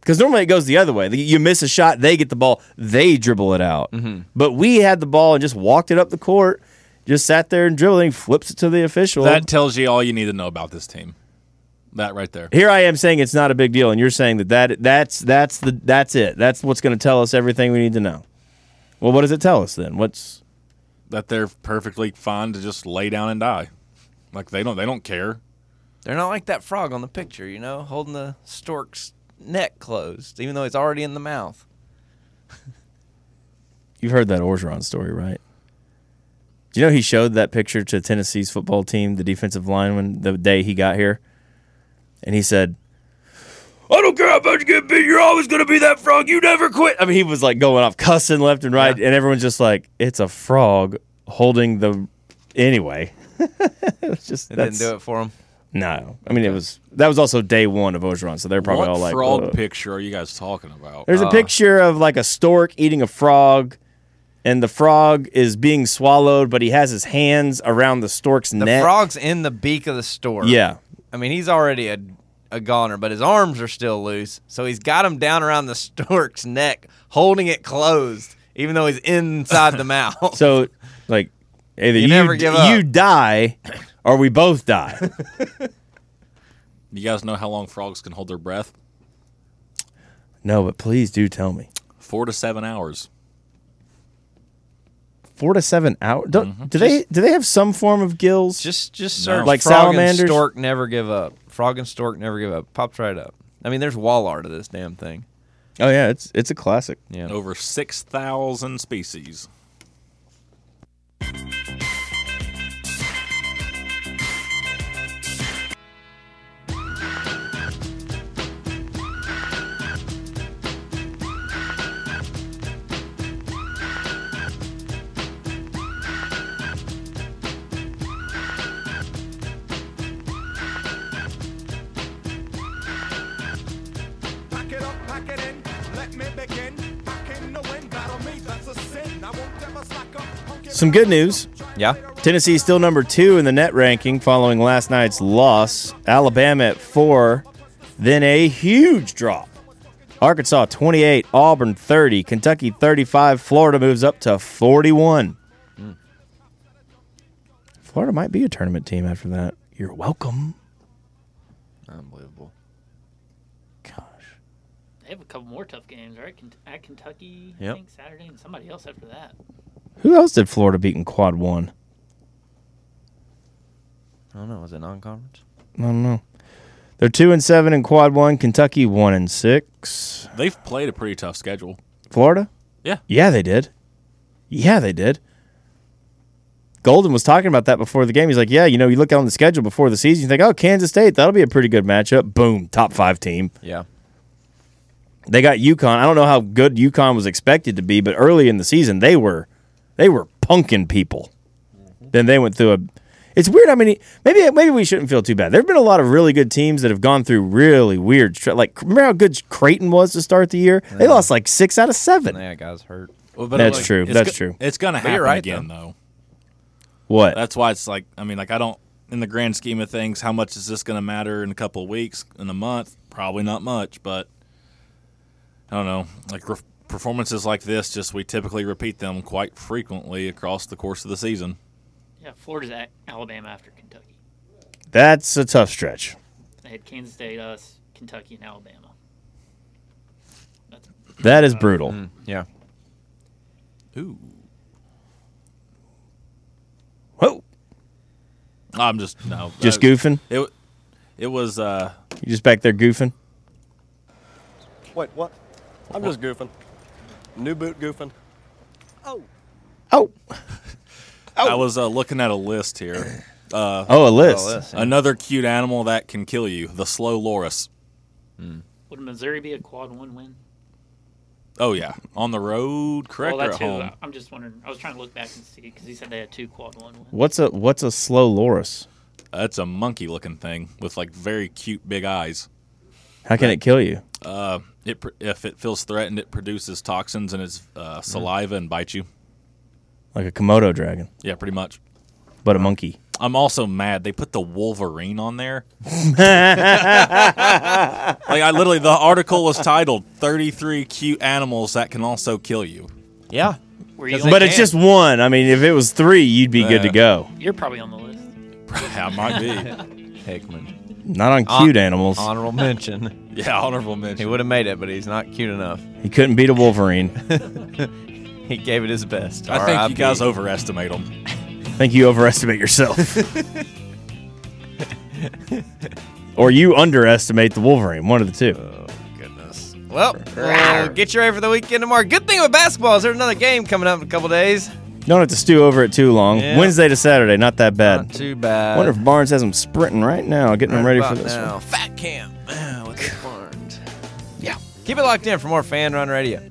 [SPEAKER 2] Because normally it goes the other way. You miss a shot, they get the ball, they dribble it out.
[SPEAKER 1] Mm-hmm.
[SPEAKER 2] But we had the ball and just walked it up the court, just sat there and dribbling, flips it to the official.
[SPEAKER 3] That tells you all you need to know about this team. That right there.
[SPEAKER 2] Here I am saying it's not a big deal, and you're saying that, that that's that's the that's it. That's what's going to tell us everything we need to know. Well, what does it tell us then? What's
[SPEAKER 3] That they're perfectly fine to just lay down and die. Like they don't they don't care.
[SPEAKER 1] They're not like that frog on the picture, you know, holding the stork's neck closed, even though it's already in the mouth.
[SPEAKER 2] You've heard that Orgeron story, right? Do you know he showed that picture to Tennessee's football team, the defensive lineman, the day he got here? And he said, I don't care how much you get beat, you're always going to be that frog. You never quit. I mean, he was like going off cussing left and right, and everyone's just like, it's a frog holding the. Anyway. it was just.
[SPEAKER 1] It
[SPEAKER 2] that's-
[SPEAKER 1] didn't do it for them.
[SPEAKER 2] No. I mean, it was. That was also day one of Orgeron, so they're probably
[SPEAKER 3] what
[SPEAKER 2] all like.
[SPEAKER 3] fraud
[SPEAKER 2] "Whoa."
[SPEAKER 3] picture are you guys talking about?
[SPEAKER 1] Ah.
[SPEAKER 2] There's a picture of like a stork eating a frog, and the frog is being swallowed, but he has his hands around the stork's
[SPEAKER 1] The
[SPEAKER 2] neck.
[SPEAKER 1] frog's in the beak of the stork.
[SPEAKER 2] Yeah.
[SPEAKER 1] I mean, he's already a, a goner, but his arms are still loose. So he's got him down around the stork's neck, holding it closed, even though he's inside the mouth.
[SPEAKER 2] So, like, either you,
[SPEAKER 1] never
[SPEAKER 2] d-
[SPEAKER 1] give up.
[SPEAKER 2] you die, or we both die.
[SPEAKER 3] Uh, You guys know how long frogs can hold their breath?
[SPEAKER 2] no, but please do tell me.
[SPEAKER 3] Four to seven hours.
[SPEAKER 2] Four to seven hours. Don't, Do they do they have some form of gills?
[SPEAKER 1] Mm-hmm. just just search
[SPEAKER 2] Like
[SPEAKER 1] frog
[SPEAKER 2] salamanders?
[SPEAKER 1] and stork never give up. Frog and stork never give up. Pops right up. I mean, there's wall art of this damn thing.
[SPEAKER 2] oh yeah, it's it's a classic.
[SPEAKER 1] Yeah.
[SPEAKER 3] Over six thousand species.
[SPEAKER 6] Pack it up, pack it in, let me begin. Pack in the wind, battle me, that's a sin. I won't ever slack up. Won't give
[SPEAKER 2] Some
[SPEAKER 6] up.
[SPEAKER 2] good news.
[SPEAKER 1] Yeah.
[SPEAKER 2] Tennessee's still number two in the net ranking following last night's loss. Alabama at four, then a huge drop. Arkansas 28, Auburn 30, Kentucky 35, Florida moves up to 41. Florida might be a tournament team after that. You're welcome.
[SPEAKER 1] Unbelievable.
[SPEAKER 2] Gosh.
[SPEAKER 4] They have a couple more tough games, right? Kent- At Kentucky,
[SPEAKER 1] Yep.
[SPEAKER 4] I think Saturday, and somebody else after that.
[SPEAKER 2] Who else did Florida beat in quad one?
[SPEAKER 1] I don't know. Was it non-conference?
[SPEAKER 2] I don't know. They're two and seven in quad one, Kentucky one and six.
[SPEAKER 3] They've played a pretty tough schedule.
[SPEAKER 2] Florida?
[SPEAKER 3] Yeah.
[SPEAKER 2] Yeah, they did. Yeah, they did. Golden was talking about that before the game. He's like, "Yeah, you know, you look on the schedule before the season, you think, oh, Kansas State, that'll be a pretty good matchup. Boom, top five team.
[SPEAKER 1] Yeah.
[SPEAKER 2] They got UConn. I don't know how good UConn was expected to be, but early in the season, they were, they were punking people. Then they went through a. It's weird how many. Maybe maybe we shouldn't feel too bad. There have been a lot of really good teams that have gone through really weird. stre- Like remember how good Creighton was to start the year? They lost like six out of seven.
[SPEAKER 1] Yeah, guys hurt.
[SPEAKER 3] Well, but
[SPEAKER 2] That's
[SPEAKER 3] like,
[SPEAKER 2] true.
[SPEAKER 3] it's
[SPEAKER 2] That's
[SPEAKER 3] go-
[SPEAKER 2] true.
[SPEAKER 3] It's gonna
[SPEAKER 1] But you're
[SPEAKER 3] happen
[SPEAKER 1] right,
[SPEAKER 3] again, though.
[SPEAKER 2] What?
[SPEAKER 3] That's why it's like I mean, like I don't in the grand scheme of things, how much is this gonna matter in a couple of weeks, in a month? Probably not much, but I don't know. Like re- performances like this, just we typically repeat them quite frequently across the course of the season.
[SPEAKER 4] Yeah, Yeah, Florida's at Alabama after Kentucky.
[SPEAKER 2] That's a tough stretch.
[SPEAKER 4] They had Kansas State, us, Kentucky, and Alabama. That's
[SPEAKER 2] That is brutal.
[SPEAKER 1] Mm, Yeah.
[SPEAKER 3] Ooh.
[SPEAKER 2] Whoa.
[SPEAKER 3] I'm just no.
[SPEAKER 2] Just
[SPEAKER 3] I-
[SPEAKER 2] goofing.
[SPEAKER 3] It w- it was uh
[SPEAKER 2] You just back there goofing.
[SPEAKER 7] Wait, what? I'm just goofing. New boot goofing. Oh,
[SPEAKER 2] Oh.
[SPEAKER 3] I was uh, looking at a list here.
[SPEAKER 2] Oh, a list.
[SPEAKER 1] Well, that's-
[SPEAKER 3] Another cute animal that can kill you, the slow loris.
[SPEAKER 4] would Missouri be a quad one win?
[SPEAKER 3] Oh yeah, on the road, correct
[SPEAKER 4] Well,
[SPEAKER 3] or
[SPEAKER 4] that's
[SPEAKER 3] at
[SPEAKER 4] who.
[SPEAKER 3] home?
[SPEAKER 4] I- I'm just wondering. I was trying to look back and see because he said they had two quad one wins.
[SPEAKER 2] What's a what's a slow loris?
[SPEAKER 3] That's a monkey-looking thing with like very cute big eyes.
[SPEAKER 2] How can it kill you?
[SPEAKER 3] Uh, it pr- if it feels threatened, it produces toxins in its
[SPEAKER 4] Mm.
[SPEAKER 3] uh, saliva and bites you.
[SPEAKER 2] Like a Komodo dragon,
[SPEAKER 3] Yeah, pretty much.
[SPEAKER 2] but a monkey.
[SPEAKER 3] I'm also mad they put the Wolverine on there. like I literally, the article was titled "33 Cute Animals That Can Also Kill You."
[SPEAKER 1] yeah.
[SPEAKER 4] Were you?
[SPEAKER 1] Because
[SPEAKER 4] on-
[SPEAKER 2] But
[SPEAKER 1] They
[SPEAKER 2] it's
[SPEAKER 1] can.
[SPEAKER 2] just one. I mean, if it was three, you'd be good to
[SPEAKER 1] Uh,
[SPEAKER 2] go.
[SPEAKER 4] You're probably on the list.
[SPEAKER 3] I might be.
[SPEAKER 1] Hickman.
[SPEAKER 2] Not on cute animals.
[SPEAKER 1] Honorable mention.
[SPEAKER 3] Yeah, honorable
[SPEAKER 1] He
[SPEAKER 3] mention.
[SPEAKER 1] would have made it, but he's not cute enough.
[SPEAKER 2] He couldn't beat a wolverine.
[SPEAKER 1] He gave it his best.
[SPEAKER 3] I think
[SPEAKER 1] RIP.
[SPEAKER 3] you guys overestimate them.
[SPEAKER 2] I think you overestimate yourself. or you underestimate the Wolverine, one of the two.
[SPEAKER 1] Oh, goodness. Well, uh, get you ready for the weekend tomorrow. Good thing with basketball is there's another game coming up in a couple days.
[SPEAKER 2] Don't have to stew over it too long.
[SPEAKER 1] Yeah.
[SPEAKER 2] Wednesday to Saturday, not that bad.
[SPEAKER 1] Not too bad.
[SPEAKER 2] I wonder if Barnes has them sprinting right now, getting them ready for
[SPEAKER 1] about
[SPEAKER 2] this
[SPEAKER 1] now.
[SPEAKER 2] one.
[SPEAKER 1] Fat Camp with the Barnes. Yeah. Keep it locked in for more Fan Run Radio.